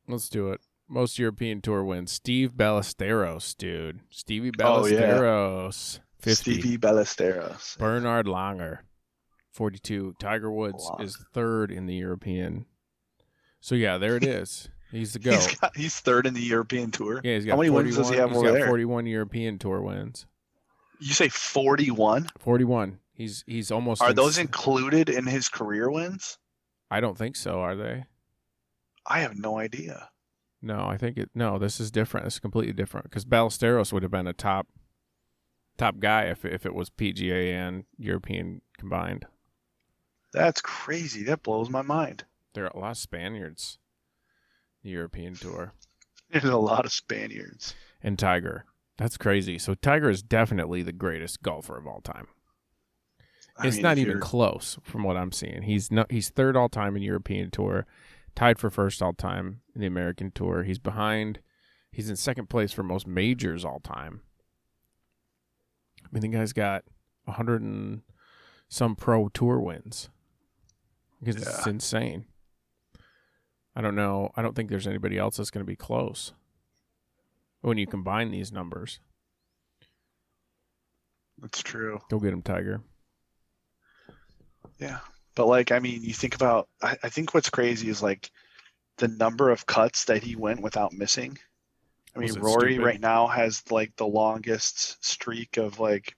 Let's do it. Most European Tour wins. Steve Ballesteros, dude. Stevie
Oh, yeah.
Ballesteros. 50.
Stevie Ballesteros.
Bernard Langer. 42. Tiger Woods
Langer.
is third in the European. So, yeah, there it is. He's the go.
He's got, he's third in the European tour.
yeah, he's got
how many
41,
wins does he have
he's
over
got
there?
41 European Tour wins.
You say 41?
41. He's he's almost.
Are those
ins-
included in his career wins?
I don't think so. Are they?
I have no idea.
No, I think it. No, this is different. It's completely different because Ballesteros would have been a top, top guy if if it was PGA and European combined.
That's crazy. That blows my mind.
There are a lot of Spaniards, the European tour
There's a lot of Spaniards.
and Tiger. That's crazy. So Tiger is definitely the greatest golfer of all time.
I
it's
mean,
not
if
even
you're-
close from what I'm seeing. He's no, he's third all time in European Tour, tied for first all time in the American Tour. He's behind. He's in second place for most majors all time. I mean, the guy's got 100 and some pro tour wins. Because it's
Yeah.
insane. I don't know. I don't think there's anybody else that's going to be close when you combine these numbers.
That's true.
Go get him, Tiger.
Yeah. But like, I mean, you think about. I, I think what's crazy is like the number of cuts that he went without missing. I mean,
Was it
Rory
stupid?
right now has like the longest streak of like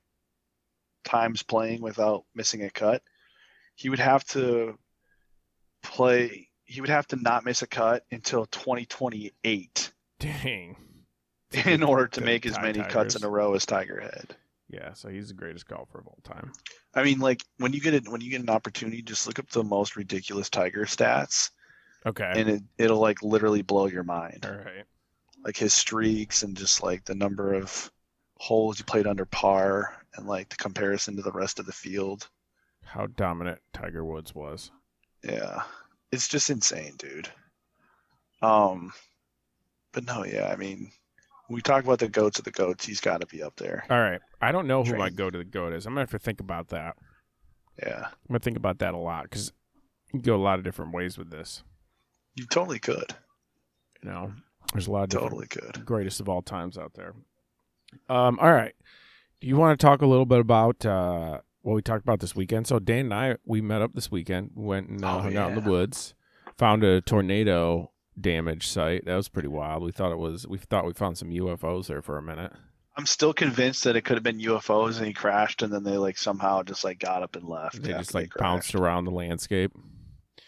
times playing without missing a cut. He would have to play. He would have to not miss a cut until 2028
Dang.
in order to
Good
make as
tie,
many cuts
Tigers.
in a row as Tiger had.
Yeah, so he's the greatest golfer of all time.
I mean, like when you get it when you get an opportunity, just look up the most ridiculous Tiger stats,
Okay.
and it it'll like literally blow your mind.
all right.
Like his streaks and just like the number of holes he played under par, and like the comparison to the rest of the field.
How dominant Tiger Woods was.
Yeah, it's just insane, dude. Um, but no, yeah, I mean, when we talk about the goats of the goats. He's got to be up there.
All right. I don't know who my
Train.
go to the goat is. I'm gonna have to think about that.
Yeah,
I'm gonna think about that a lot because you can go a lot of different ways with this.
you totally could,
You know, there's a lot of different
totally could.
greatest of all times out there. Um, all right. Do you want to talk a little bit about uh, what we talked about this weekend? So Dan and I we met up this weekend, went and uh,
Oh,
hung out in the
yeah.
woods, found a tornado damage site. That was pretty wild. We thought it was we thought we found some UFOs there for a minute.
I'm still convinced that it could have been UFOs and he crashed, and then they like somehow just like got up and left.
They
after
just like
crashed.
bounced around the landscape,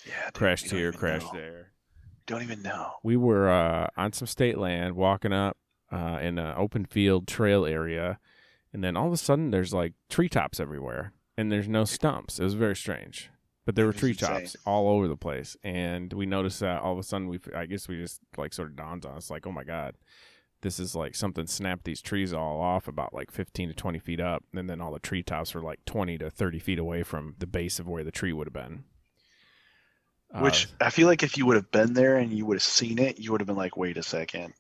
Yeah, dude, we
crashed
don't
here,
even
crashed
know.
there.
Don't even know.
we were uh, on some state land walking up uh, in an open field trail area and then all of a sudden there's like treetops everywhere and there's no stumps it was very strange but there
It
were
was
treetops
insane.
all over the place and we noticed that all of a sudden we i guess we just like sort of dawned on us like oh my god this is like something snapped these trees all off about like 15 to 20 feet up and then all the treetops were like 20 to 30 feet away from the base of where the tree would have been Uh,
Which I feel like if you would have been there and you would have seen it, you would have been like, "Wait a second,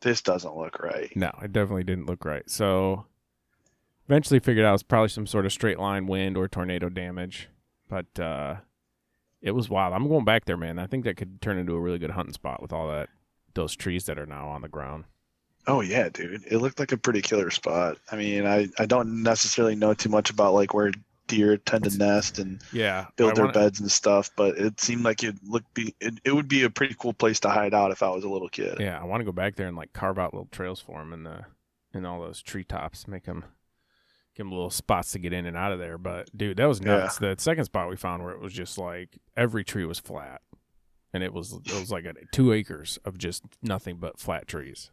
this doesn't look right."
No, it definitely didn't look right. So eventually figured out it was probably some sort of straight line wind or tornado damage. But uh it was wild. I'm going back there, man. I think that could turn into a really good hunting spot with all that those trees that are now on the ground.
Oh yeah, dude, it looked like a pretty killer spot. I mean, I I don't necessarily know too much about like where deer tend to nest and
Yeah.
build their beds and stuff, but it seemed like it look be it, it would be a pretty cool place to hide out if I was a little kid.
Yeah, I want to go back there and like carve out little trails for them in the in all those treetops, make them give them little spots to get in and out of there. But dude, that was nuts. The second spot we found where it was just like every tree was flat, and it was it was like a, two acres of just nothing but flat trees.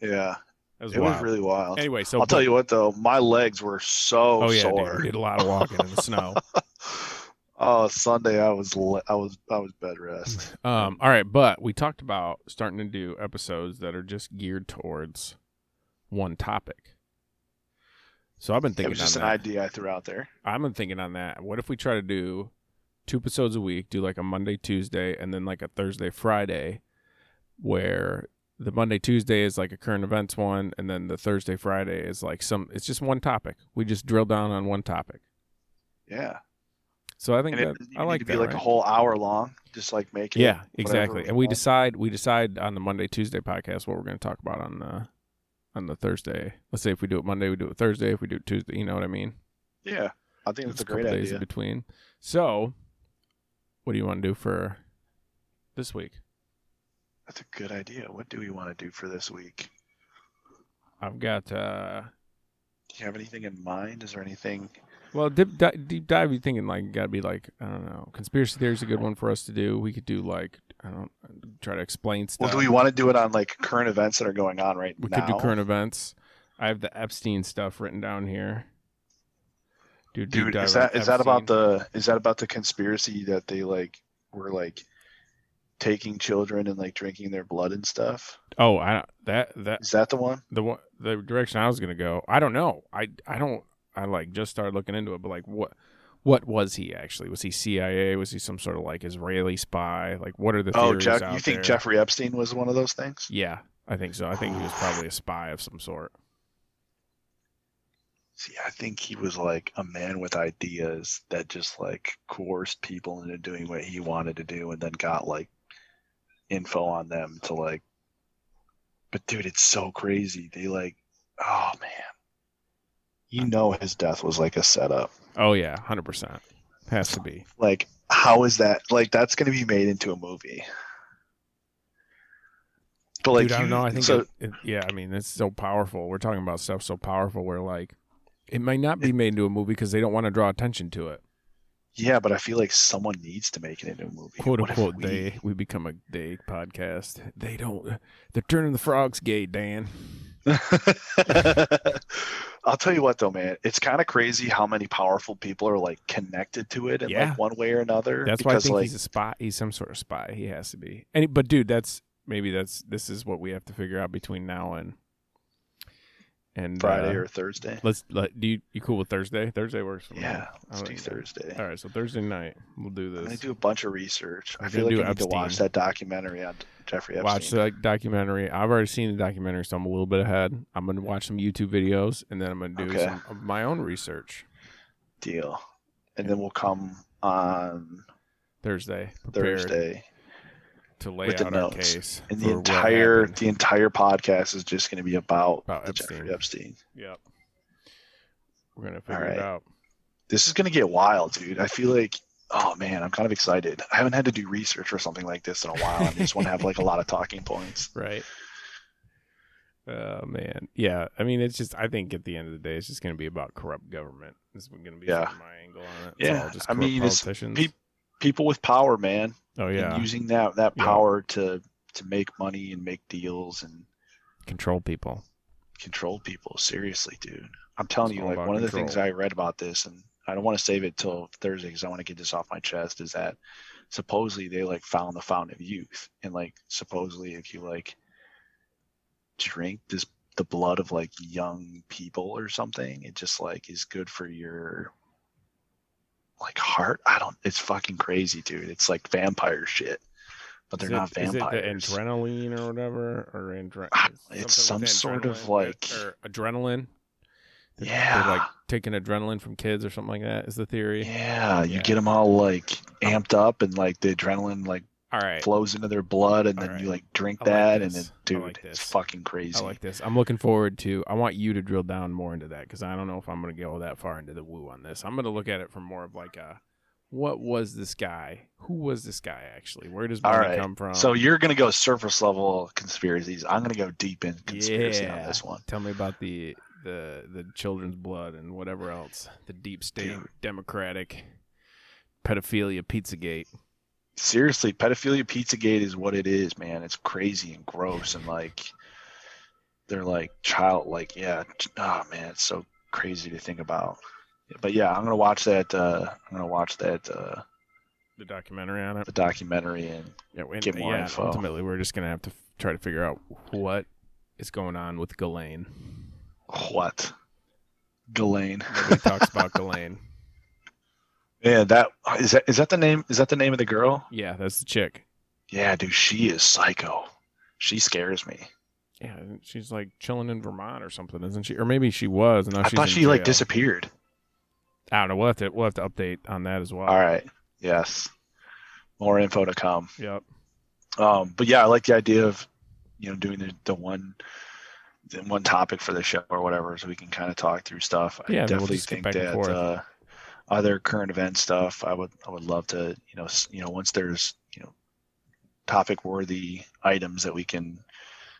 Yeah,
That was
it
wild.
was really wild.
anyway, so
I'll tell you what though, my legs were so
Oh yeah, dude,
sore.
we did a lot of walking in the snow.
oh, Sunday I was le- I was I was bed rest.
Um, all right, but we talked about starting to do episodes that are just geared towards one topic. So I've been
It
thinking
was just
on
an
that.
idea I threw out there.
I've been thinking on that. What if we try to do two episodes a week, do like a Monday, Tuesday, and then like a Thursday, Friday, where the Monday, Tuesday is like a current events one, and then the Thursday, Friday is like some, it's just one topic. We just drill down on one topic.
Yeah,
So I think
and it,
that,
you
I
need
like
to be
that,
like
right?
a whole hour long, just like make it.
yeah,
whatever
exactly. And we
want.
decide, we decide on the Monday, Tuesday podcast what we're going to talk about on the, on the Thursday. Let's say if we do it Monday, we do it Thursday. If we do it Tuesday, you know what I mean?
Yeah, I think that's
It's
a great
couple days
idea.
in between. So, what do you want to do for this week?
That's a good idea. What do we want to do for this week?
I've got uh,
Do you have anything in mind? Is there anything?
well, deep, di- deep dive. You thinking like got to be like I don't know. Conspiracy theory is a good one for us to do. We could do like I don't try to explain stuff.
Well, do we want to do it on like current events that are going on right
Uh, We
now?
could do current events. I have the Epstein stuff written down here. Do deep
Dude,
dive
is
on
that is that about
Epstein.
the is that about the conspiracy that they like were like taking children and like drinking their blood and stuff?
Oh, I that that
Is that the one?
the one the direction I was gonna go. I don't know. I I don't. I like just started looking into it, but like what what was he actually? Was he CIA? Was he some sort of like Israeli spy? Like what are the
Oh,
theories
Jeff,
out
you think
there?
Jeffrey Epstein was one of those things?
Yeah, I think so. I think he was probably a spy of some sort.
See, I think he was like a man with ideas that just like coerced people into doing what he wanted to do and then got like info on them to like But dude, it's so crazy. They like oh man. You know his death was like a setup.
Oh yeah, hundred percent has to be.
Like how is that like that's going to be made into a movie. But like
Dude, I don't
you-
know. I think
so
it, it- yeah. I mean, it's so powerful. We're talking about stuff so powerful where like it might not be made into a movie because they don't want to draw attention to it.
yeah, but I feel like someone needs to make it into a movie.
quote
What if
unquote
we-
they we become a they podcast. They don't. They're turning the frogs gay, Dan.
I'll tell you what though, man, it's kind of crazy how many powerful people are like connected to it in
Yeah.
like one way or another.
That's why I
because
think
like
he's a spy. He's some sort of spy. He has to be. And but dude, that's maybe that's this is what we have to figure out between now and and
Friday
uh,
or Thursday.
let's let do you, you cool with Thursday? Thursday works for me.
Yeah, let's
I'll-
do Thursday.
All right, so Thursday night we'll do
I'm gonna
this.
do a bunch of research. I
We're
feel
gonna
like I
do
need to watch
Epstein.
that documentary on Jeffrey Epstein.
Watch the like, documentary. I've already seen the documentary, so I'm a little bit ahead. I'm gonna watch some YouTube videos, and then I'm gonna do
Okay.
some of my own research
deal, and then we'll come on
Thursday. Prepared
Thursday.
to lay
with the
out our
notes.
case
And
for
the
what
entire
happened. Oh,
the entire podcast is just going to be about,
About
the
Epstein.
Jeffrey Epstein.
Yep. We're gonna figure it
right.
out.
This is going to get wild, dude. I feel like, oh man, I'm kind of excited. I haven't had to do research or something like this in a while. I just want to have like a lot of talking points.
Right. Oh man, yeah. I mean, it's just. I think at the end of the day, it's just going to be about corrupt government. This is going to be
Yeah.
sort of my angle on it. It's
Yeah,
all just
I
corrupt
mean, it's
politicians.
peop- People with power, man,
oh
and
yeah,
using that that
Yeah.
power to to make money and make deals and
control people.
control people seriously dude i'm telling
It's
you
all
like
about
one of the things
control.
i read about this and i don't want to save it till thursday because i want to get this off my chest is that supposedly they like found the fountain of youth and like supposedly if you like drink this the blood of like young people or something it just like is good for your like heart i don't it's fucking crazy dude it's like vampire shit but they're
is
not
it, is it the
vampires
adrenaline or whatever, or andre-
Ah,
something
it's some
with
sort of,
adrenaline,
like-
or adrenaline. They're-
Yeah.
they're like taking adrenaline from kids or something like that. Is the theory?
Yeah, you
Yeah.
get them all like amped up and like the adrenaline like
All right,
flows into their blood, and
All
then you
right.
like drink
I like
that, and
this.
then
I
dude,
like
it's
this.
fucking crazy.
I like this. I'm looking forward to. I want you to drill down more into that because I don't know if I'm going to go that far into the woo on this. I'm going to look at it from more of like a, what was this guy? Who was this guy actually? Where does
All
money
right.
come from?
so you're gonna go surface level conspiracies. I'm gonna go deep in conspiracy on
Yeah.
this one.
tell me about the the the children's blood and whatever else. The deep state
Dude.
democratic pedophilia Pizzagate.
Seriously, pedophilia Pizzagate is what it is, man. It's crazy and gross, and like they're like child, like yeah, oh man, it's so crazy to think about. But yeah, I'm gonna watch that. Uh, I'm gonna watch that uh,
The documentary on it.
the documentary and
Yeah, and,
Get more
yeah,
info.
ultimately we're just going to have to f- try to figure out what is going on with Ghislaine.
What? Ghislaine.
Nobody talks about Ghislaine.
Yeah, that is that is that the name is that the name of the girl?
Yeah, that's the chick.
Yeah, dude, she is psycho. She scares me.
Yeah, isn't- she's like chilling in Vermont or something, isn't she? Or maybe she was, and now
I
she's
thought
in
she like
jail.
disappeared.
I don't know. We'll have to we'll have to update on that as well.
All right. Yes. More info to come.
Yep.
Um, but yeah, I like the idea of you know doing the, the one the one topic for the show or whatever, so we can kind of talk through stuff. I
Yeah, then we'll
definitely
just get
think
back and
that
forth.
uh, other current event stuff. I would I would love to you know s- you know once there's you know topic worthy items that we can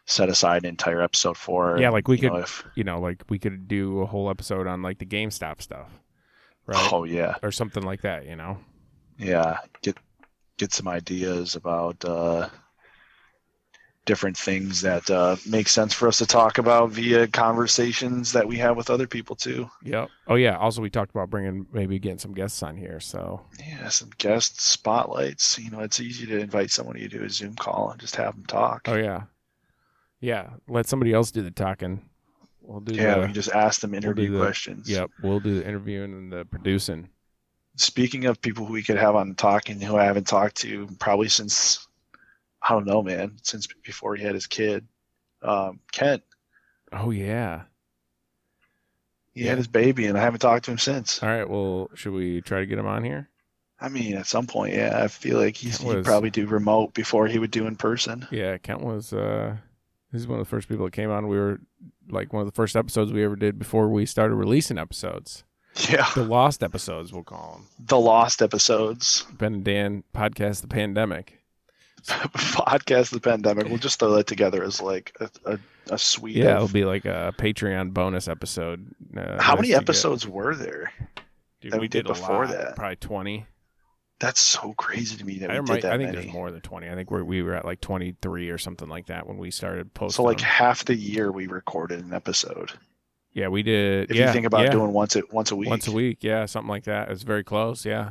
set aside an entire episode for.
Yeah, like we
you
could,
know, if,
you know, like we could do a whole episode on like the GameStop stuff, right?
oh yeah,
Or something like that, you know.
yeah get get some ideas about uh different things that uh make sense for us to talk about via conversations that we have with other people too
Yep. Oh yeah. Also, we talked about bringing maybe getting some guests on here. So
yeah some guest spotlights you know it's easy to invite somebody to do a zoom call and just have them talk
oh yeah, yeah. Let somebody else do the talking. We'll do
yeah we
the
can just ask them
do
interview
the-
questions
yep. We'll do the interviewing and the producing.
speaking of people who we could have on talking who i haven't talked to probably since i don't know man since before he had his kid um kent
Oh yeah.
he
Yeah.
had his baby and i haven't talked to him since
All right. Well, should we try to get him on here?
I mean, at some point, yeah, I feel like he's,
That was-
he'd probably do remote before he would do in person.
Yeah, Kent was. uh He's one of the first people that came on. We were like one of the first episodes we ever did before we started releasing episodes.
Yeah,
The lost episodes, we'll call
the lost episodes
them. Ben and Dan podcast, the pandemic.
podcast, of the pandemic. We'll just throw that together as like a, a, a suite.
Yeah, it'll
of,
be like a Patreon bonus episode. Uh,
how
that's
many
to get-
episodes were there?
Dude,
that
we
we did
a
before
lot,
that?
Probably twenty.
That's so crazy to me that we
I,
did
might-
that
I think
many.
there's more than 20. I think we're, we were at like 23 or something like that when we started posting.
So like
them.
half the year we recorded an episode.
yeah, we did.
If
yeah,
you think about
yeah,
doing once it once a week,
once a week, yeah, something like that. It's very close. Yeah,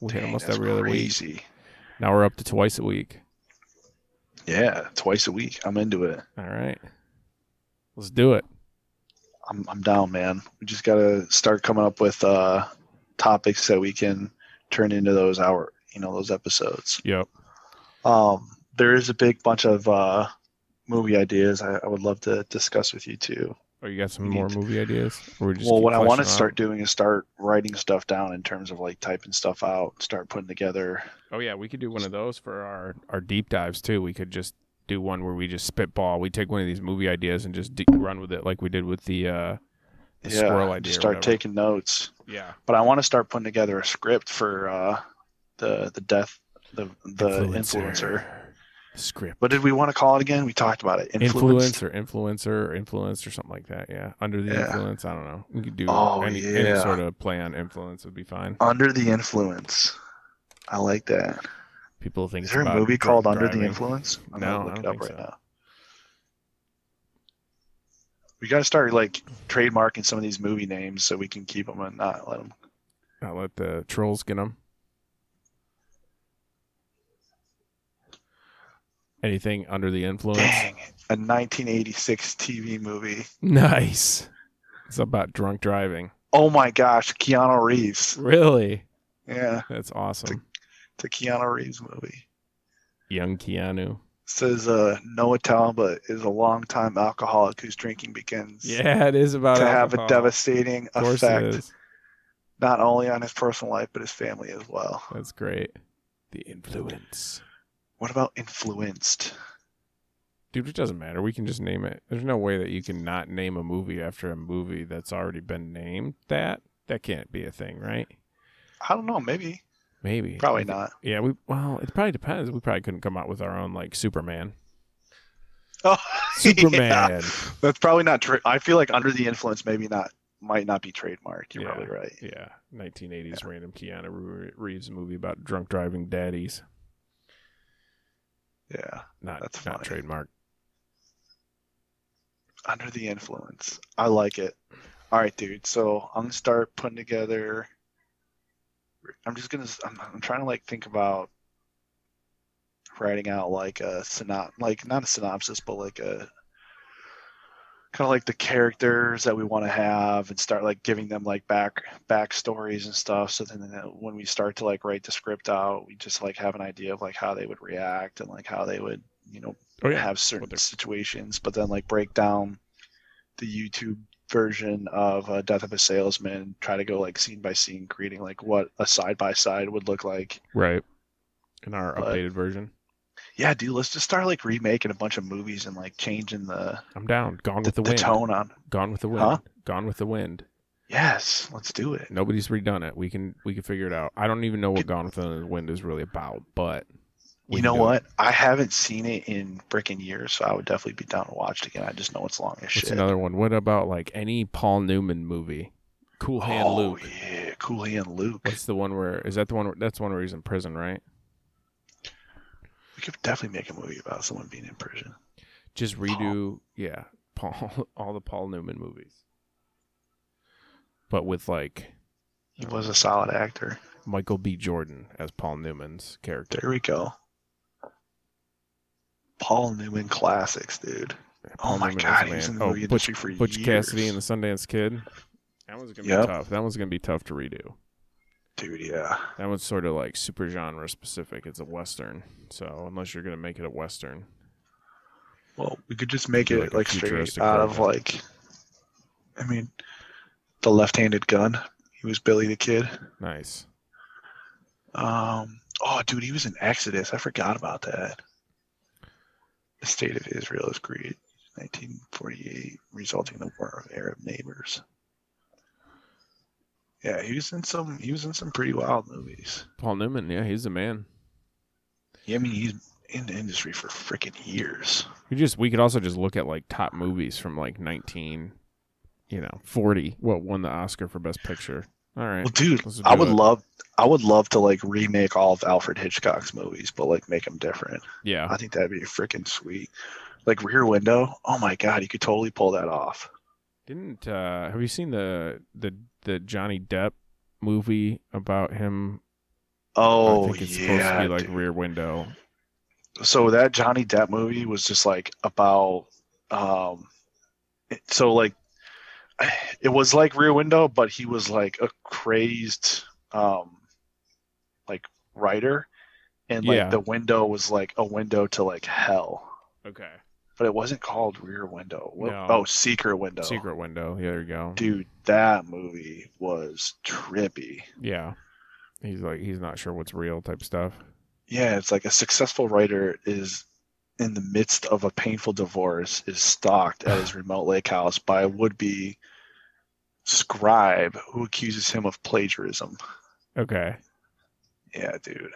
we hit
Dang,
almost
that's
every other week.
crazy.
Now we're up to twice a week.
Yeah, twice a week. I'm into it.
All right, let's do it.
I'm I'm down, man. We just gotta start coming up with uh topics that we can turn into those hour, you know, those episodes.
Yep.
Um, there is a big bunch of uh movie ideas I, I would love to discuss with you too.
Or Oh, you got some
We
more
need
movie ideas? Or we just
well,
keep
what I want to
fleshing out?
start doing is start writing stuff down in terms of like typing stuff out, start putting together.
Oh yeah, we could do one of those for our our deep dives too. We could just do one where we just spitball. We take one of these movie ideas and just de- run with it, like we did with the uh, the
yeah,
squirrel idea.
just
or
start
whatever.
taking notes.
Yeah,
But I want to start putting together a script for uh, the the death the the influencer.
script.
What did we want to call it again? We talked about it.
Influence
Influence.
or influencer or influence or something like that. Yeah, under the
Yeah.
influence. I don't know. We could do
Oh,
any, any
yeah.
sort of play on influence would be fine.
Under the influence. I like that.
People think
Is
it's
there a
about
movie
drunk
called Under the
driving.
Influence? I'm
No,
gonna
I
look it
don't
up right
think so.
now. We got to start like trademarking some of these movie names so we can keep them and not let them.
I'll let the trolls get them. Anything under the influence?
Dang, a 1986 TV movie.
Nice. It's about drunk driving.
Oh my gosh, Keanu Reeves.
Really?
Yeah,
That's awesome.
the Keanu Reeves movie.
Young Keanu.
says uh, Noah Talbot is a longtime alcoholic whose drinking begins
Yeah, it is about
to
alcohol.
have a devastating
Of course it
effect
is.
not only on his personal life but his family as well.
That's great. The influence.
What about influenced?
Dude, it doesn't matter. We can just name it. There's no way that you can not name a movie after a movie that's already been named that. That can't be a thing, right?
I don't know. Maybe.
Maybe.
Probably not.
Yeah, we well, it probably depends. We probably couldn't come out with our own like Superman.
Oh, yeah.
Superman.
That's probably not. Tra- I feel like under the influence, maybe not. Might not be trademarked. You're
Yeah.
probably right.
Yeah, 1980s random Keanu Re- Reeves movie about drunk driving daddies.
Yeah.
Not
That's
not
funny.
trademark.
Under the influence. I like it. All right, dude. So I'm gonna start putting together. I'm just gonna. I'm, I'm trying to like think about writing out like a synop, like not a synopsis, but like a kind of like the characters that we want to have, and start like giving them like back backstories and stuff. So then that when we start to like write the script out, we just like have an idea of like how they would react and like how they would, you know,
Oh yeah,
have certain
they're-
situations, but then like break down the YouTube version of uh, Death of a Salesman, try to go like scene by scene, creating like what a side by side would look like.
right. In our
But-
updated version,
Yeah, dude, let's just start like remaking a bunch of movies and like changing the
I'm down. Gone
the,
with the,
the
wind.
tone on.
Gone with the wind.
Huh?
Gone with the wind.
Yes, let's do it.
Nobody's redone it. We can we can figure it out. I don't even know what Gone with the Wind is really about, but we
you
can
know
do it.
what? I haven't seen it in freaking years, so I would definitely be down to watch it again. I just know it's long as
What's
shit.
another one? What about like any Paul Newman movie? Cool Hand
oh
Luke.
yeah, Cool Hand Luke.
What's the one where is that the one where that's the one where he's in prison, right?
We could definitely make a movie about someone being in prison.
Just redo, yeah, Paul, all the Paul Newman movies, but with like
He was a solid actor.
Michael B. Jordan as Paul Newman's character.
There we go. Paul Newman classics, dude.
Paul
oh my
Newman is
god,
the
he was
man.
in the
Oh,
movie
Butch,
industry for
Butch
years.
Cassidy and the Sundance Kid. That one's gonna be
Yep.
tough. That one's gonna be tough to redo.
Dude, yeah.
That one's sort of like super genre specific. It's a western, so unless you're gonna make it a western,
Well, we could just make
Do,
it
like, a
like straight
futuristic
out of
version.
like, I mean, the left-handed gun. He was Billy the Kid.
nice.
Um, oh, dude, he was in Exodus. I forgot about that. The state of Israel is created in 1948, resulting in the war of Arab neighbors. Yeah, he was in some. He was in some pretty wild movies.
Paul Newman, yeah, he's the man.
Yeah, I mean, he's in the industry for freaking years.
We just we could also just look at like top movies from like nineteen, you know, forty. What won the Oscar for Best Picture? All right.
Well, dude,
let's
I
do
would
it.
love, I would love to like remake all of Alfred Hitchcock's movies, but like make them different.
Yeah.
I think that'd be freaking sweet. Like Rear Window. Oh my god, you could totally pull that off.
Didn't uh have you seen the the the Johnny Depp movie about him? I
Oh
think it's
yeah.
supposed to be like
dude.
Rear Window.
so that Johnny Depp movie was just like about um it- so like it was like Rear Window but he was like a crazed um like writer and like
Yeah.
the window was like a window to like hell
Okay.
but it wasn't called Rear Window What-
No.
oh Secret Window
Secret Window. Yeah, there you go.
dude that movie was trippy
Yeah. He's like he's not sure what's real type stuff.
yeah it's like a successful writer is in the midst of a painful divorce is stalked at his remote lake house by a would-be scribe who accuses him of plagiarism
Okay.
yeah dude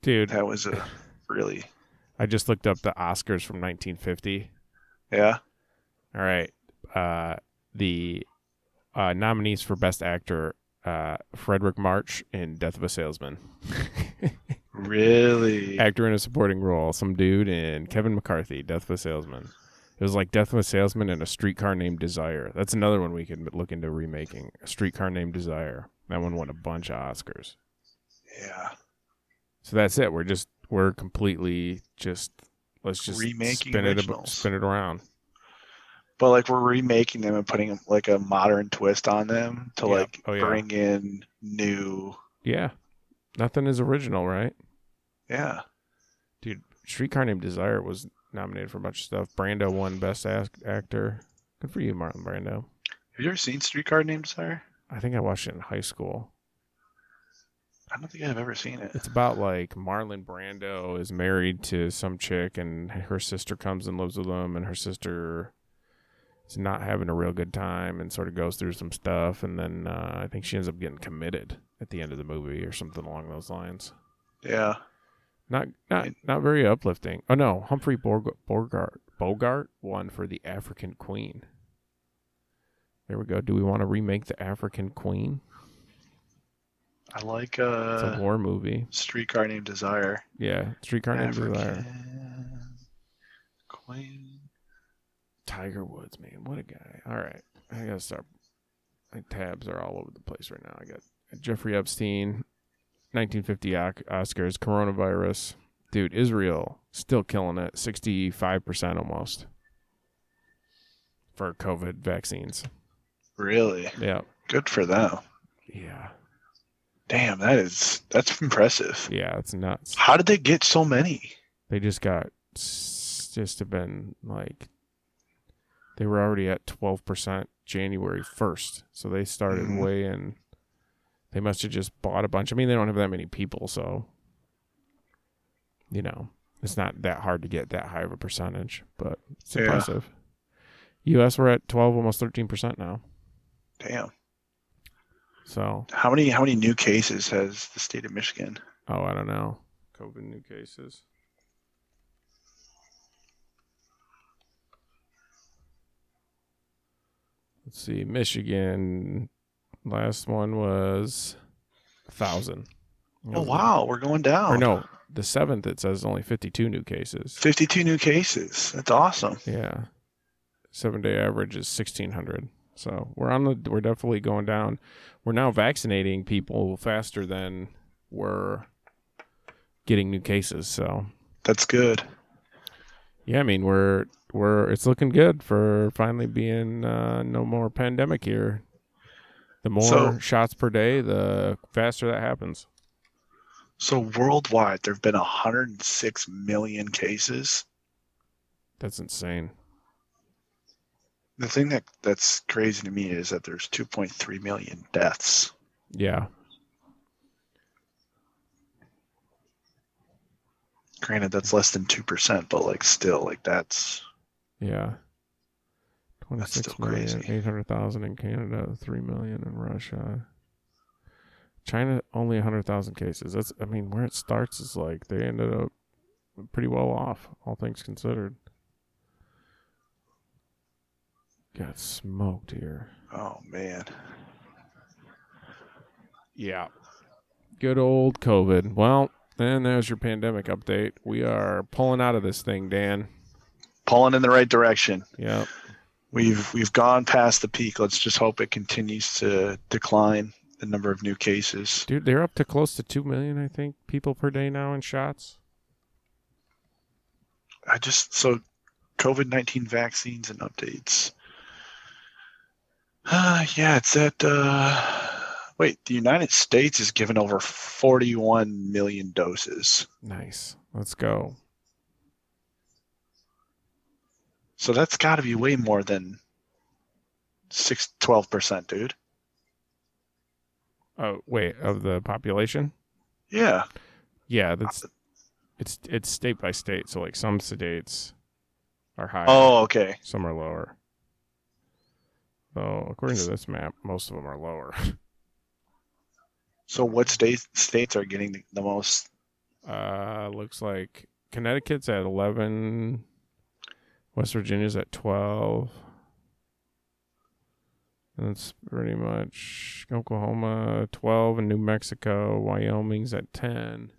Dude,
that was a really
I just looked up the Oscars from 1950.
yeah
All right. Uh, the uh, nominees for Best Actor uh, Frederick March in Death of a Salesman.
really
Actor in a supporting role, some dude in Kevin McCarthy, Death of a Salesman. It was like Death of a Salesman and a Streetcar Named Desire. That's another one we could look into remaking. A Streetcar Named Desire. That one won a bunch of Oscars.
yeah
So that's it. We're just we're completely just let's just
Remaking
spin it ab-
originals.
spin it around.
but like we're remaking them and putting like a modern twist on them to
Yeah.
like
Oh, yeah.
bring in new
Yeah. Nothing is original, right?
yeah
dude streetcar named desire was nominated for a bunch of stuff brando won best Ac- actor good for you marlon brando
have you ever seen streetcar named desire
i think i watched it in high school
i don't think i've ever seen it
it's about like marlon brando is married to some chick and her sister comes and lives with him and her sister is not having a real good time and sort of goes through some stuff and then uh, i think she ends up getting committed at the end of the movie or something along those lines
yeah
Not not
It-
not very uplifting. Oh no, Humphrey Borg- Bogart Bogart won for the African Queen. There we go. Do we want to remake the African Queen?
i like
It's
uh
a war movie.
Streetcar Named Desire.
Yeah, Streetcar Named Desire.
African Queen.
Tiger Woods, man, what a guy. All right, I gotta start. My tabs are all over the place right now. I got Jeffrey Epstein, 1950 Oc- Oscars, coronavirus. Dude, Israel still killing it, 65% almost for COVID vaccines.
Really
Yeah.
good for them.
Yeah.
Damn, that is that's impressive.
Yeah, it's nuts.
How did they get so many?
They just got s- just have been like they were already at 12% January 1st. So they started
Mhm.
way in they must have just bought a bunch. I mean, they don't have that many people, so you know, it's not that hard to get that high of a percentage, but it's
Yeah.
impressive. US we're at 12 almost 13% now.
Damn.
So,
How many how many new cases has the state of Michigan?
oh, I don't know. COVID new cases. Let's see, Michigan. Last one was a thousand.
Oh wow, we're going down.
Or no, the seventh it says only fifty-two new cases.
Fifty-two new cases. That's awesome.
Yeah, seven-day average is sixteen hundred. So we're on the we're definitely going down. We're now vaccinating people faster than we're getting new cases. So
That's good.
Yeah, I mean we're we're it's looking good for finally being uh, no more pandemic here. The more
So-
shots per day, the faster that happens.
So worldwide there have been hundred and six million cases.
That's insane.
The thing that that's crazy to me is that there's two point three million deaths.
Yeah,
granted that's less than 2% but like still like that's
yeah. Twenty six
still
million,
crazy.
eight hundred thousand in Canada, three million in Russia. China only hundred thousand cases. That's I mean where it starts is like they ended up pretty well off, all things considered. Got smoked here.
oh man
Yeah. Good old COVID. Well, then there's your pandemic update. We are pulling out of this thing, Dan.
Pulling in the right direction.
Yep.
We've we've gone past the peak. Let's just hope it continues to decline the number of new cases.
Dude, they're up to close to 2 million, I think, people per day now in shots.
I just so COVID nineteen vaccines and updates. Uh, yeah, it's at. Uh, wait, the United States has given over forty one million doses.
Nice. Let's go.
So that's got to be way more than six twelve percent, dude.
Oh, wait, of the population?
Yeah,
Yeah, that's it's it's state by state. So like some states are higher,
Oh, okay.
some are lower. Though according to this map, most of them are lower.
So what states states are getting the, the most?
Uh, looks like Connecticut's at eleven. West Virginia's at twelve. And That's pretty much Oklahoma twelve and New Mexico. Wyoming's at ten.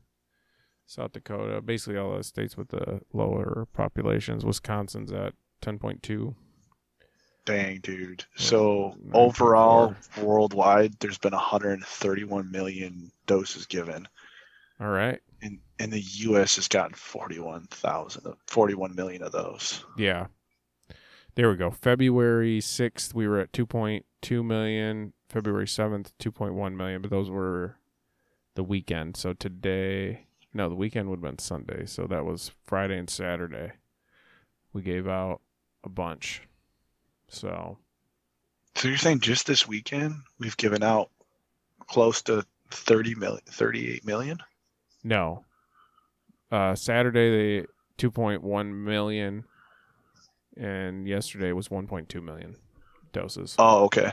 South Dakota, basically all the states with the lower populations. Wisconsin's at ten point two.
Dang, dude.
Yeah,
So
94.
overall, worldwide, there's been 131 million doses given,
All right.
and and the U.S. has gotten 41,000, of- 41 million of those.
Yeah. There we go. February 6th, we were at 2.2 million. February 7th, 2.1 million. But those were the weekend. So today, no, the weekend would have been Sunday. So that was Friday and Saturday. We gave out a bunch. So,
So you're saying just this weekend we've given out close to 30 million, 38 million?
no. Uh, Saturday, they 2.1 million. And yesterday was 1.2 million doses.
Oh, okay.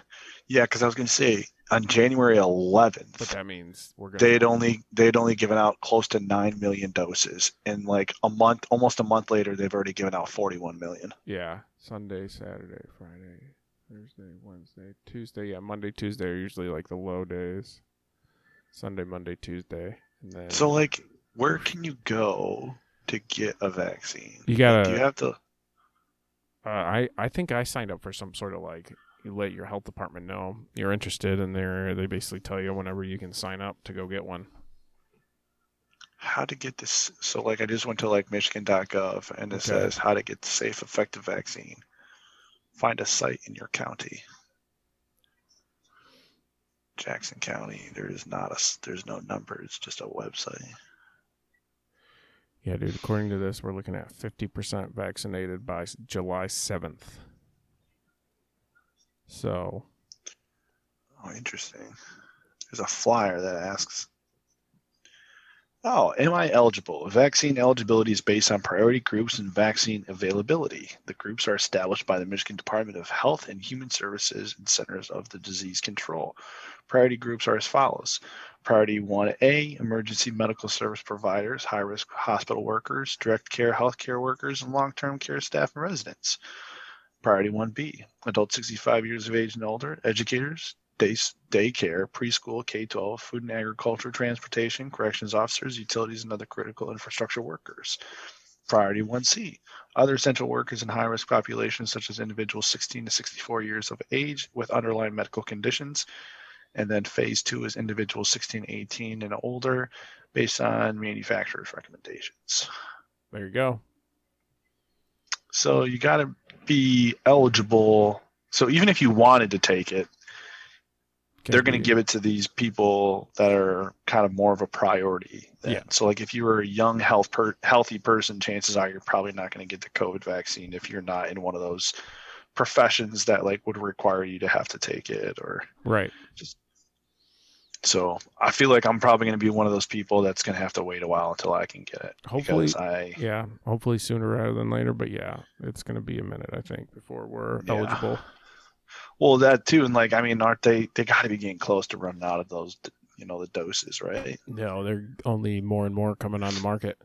Yeah, because I was gonna say on January
But
11th,
that means we're going
they'd only they'd only given out close to 9 million doses and like a month almost a month later they've already given out 41 million
Yeah, Sunday, Saturday, Friday, Thursday, Wednesday, Tuesday. Yeah, Monday, Tuesday are usually like the low days. Sunday, Monday, Tuesday, and then
so like where can you go to get a vaccine
you
do you
gotta.
have to
uh, I I think I signed up for some sort of like you let your health department know you're interested, and they they basically tell you whenever you can sign up to go get one.
how to get this so like i just went to like michigan.gov and it
Okay.
says how to get the safe effective vaccine find a site in your county jackson county there is not a s- there's no number it's just a website
Yeah, dude. According to this, we're looking at fifty percent vaccinated by s- July seventh. So
Oh, interesting. There's a flyer that asks, "Oh, am I eligible? Vaccine eligibility is based on priority groups and vaccine availability. The groups are established by the Michigan Department of Health and Human Services and Centers of the Disease Control. Priority groups are as follows: Priority 1A, emergency medical service providers, high-risk hospital workers, direct care healthcare workers, and long-term care staff and residents. Priority 1B, adults 65 years of age and older, educators, day, daycare, preschool, K 12, food and agriculture, transportation, corrections officers, utilities, and other critical infrastructure workers. Priority 1C, other essential workers in high risk populations, such as individuals 16 to 64 years of age with underlying medical conditions. And then phase two is individuals 16, 18, and older based on manufacturer's recommendations.
there you go.
So you got to be eligible. So even if you wanted to take it, they're going to give it to these people that are kind of more of a priority. Then.
Yeah.
So like if you were a young health per- healthy person, chances are you're probably not going to get the COVID vaccine if you're not in one of those professions that like would require you to have to take it or
right.
so I feel like I'm probably going to be one of those people that's going to have to wait a while until I can get it.
Hopefully-
because I
Yeah, hopefully sooner rather than later. But yeah, it's going to be a minute, I think, before we're
Yeah.
eligible.
Well, that too, and like I mean, aren't they? They got to be getting close to running out of those, you know, the doses, right?
No, they're only more and more coming on the market.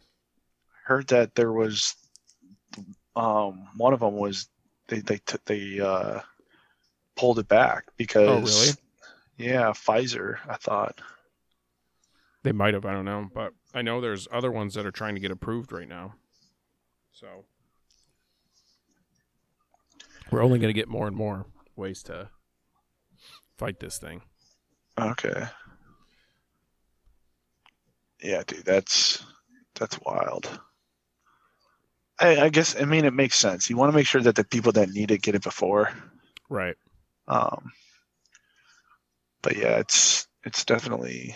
Heard that there was, um, one of them was they they took they uh pulled it back because
Oh, really?
yeah, Pfizer, I thought
They might have, I don't know, but I know there's other ones that are trying to get approved right now. So we're only going to get more and more ways to fight this thing.
Okay. Yeah, dude, that's that's wild. I, I guess I mean it makes sense. You want to make sure that the people that need it get it before.
Right.
Um, but yeah, it's it's definitely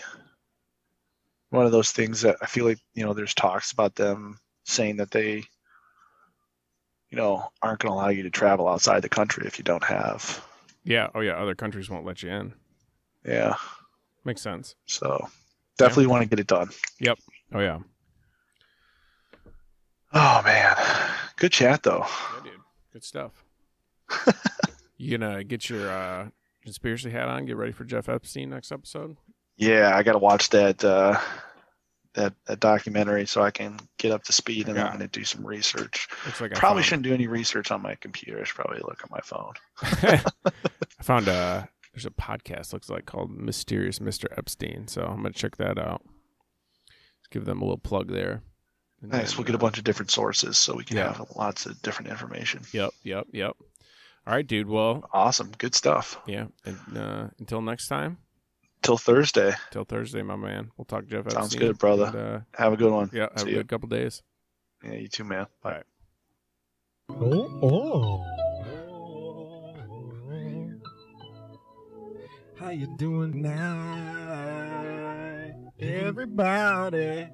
one of those things that I feel like you know there's talks about them saying that they you know aren't going to allow you to travel outside the country if you don't have.
Yeah. Oh, yeah. Other countries won't let you in.
Yeah,
Makes sense.
so definitely want to get it done.
Oh, yeah.
Oh man, good chat though.
Yeah, dude. Good stuff. you gonna get your uh, conspiracy hat on? Get ready for Jeff Epstein next episode.
Yeah, I gotta watch that uh, that that documentary so I can get up to speed, and
Yeah.
I'm gonna do some research.
Looks like I
probably
found-
shouldn't do any research on my computer. I should probably look on my phone.
I found uh there's a podcast looks like called Mysterious Mr. Epstein, so I'm gonna check that out. Let's give them a little plug there. And
Nice.
then,
We'll get a
uh,
bunch of different sources so we can
Yeah.
have lots of different information.
uh, Yep, yep, yep. All right, dude. Well,
Awesome. Good stuff.
yeah. And uh, until next time,
Till Thursday.
till Thursday, my man. We'll talk Jeff.
Sounds
Epstein,
good, brother.
and, uh,
Have a good one.
yeah, have
See
a
ya.
good couple days.
Yeah, you too, man. Bye.
Oh, How you doing now, everybody?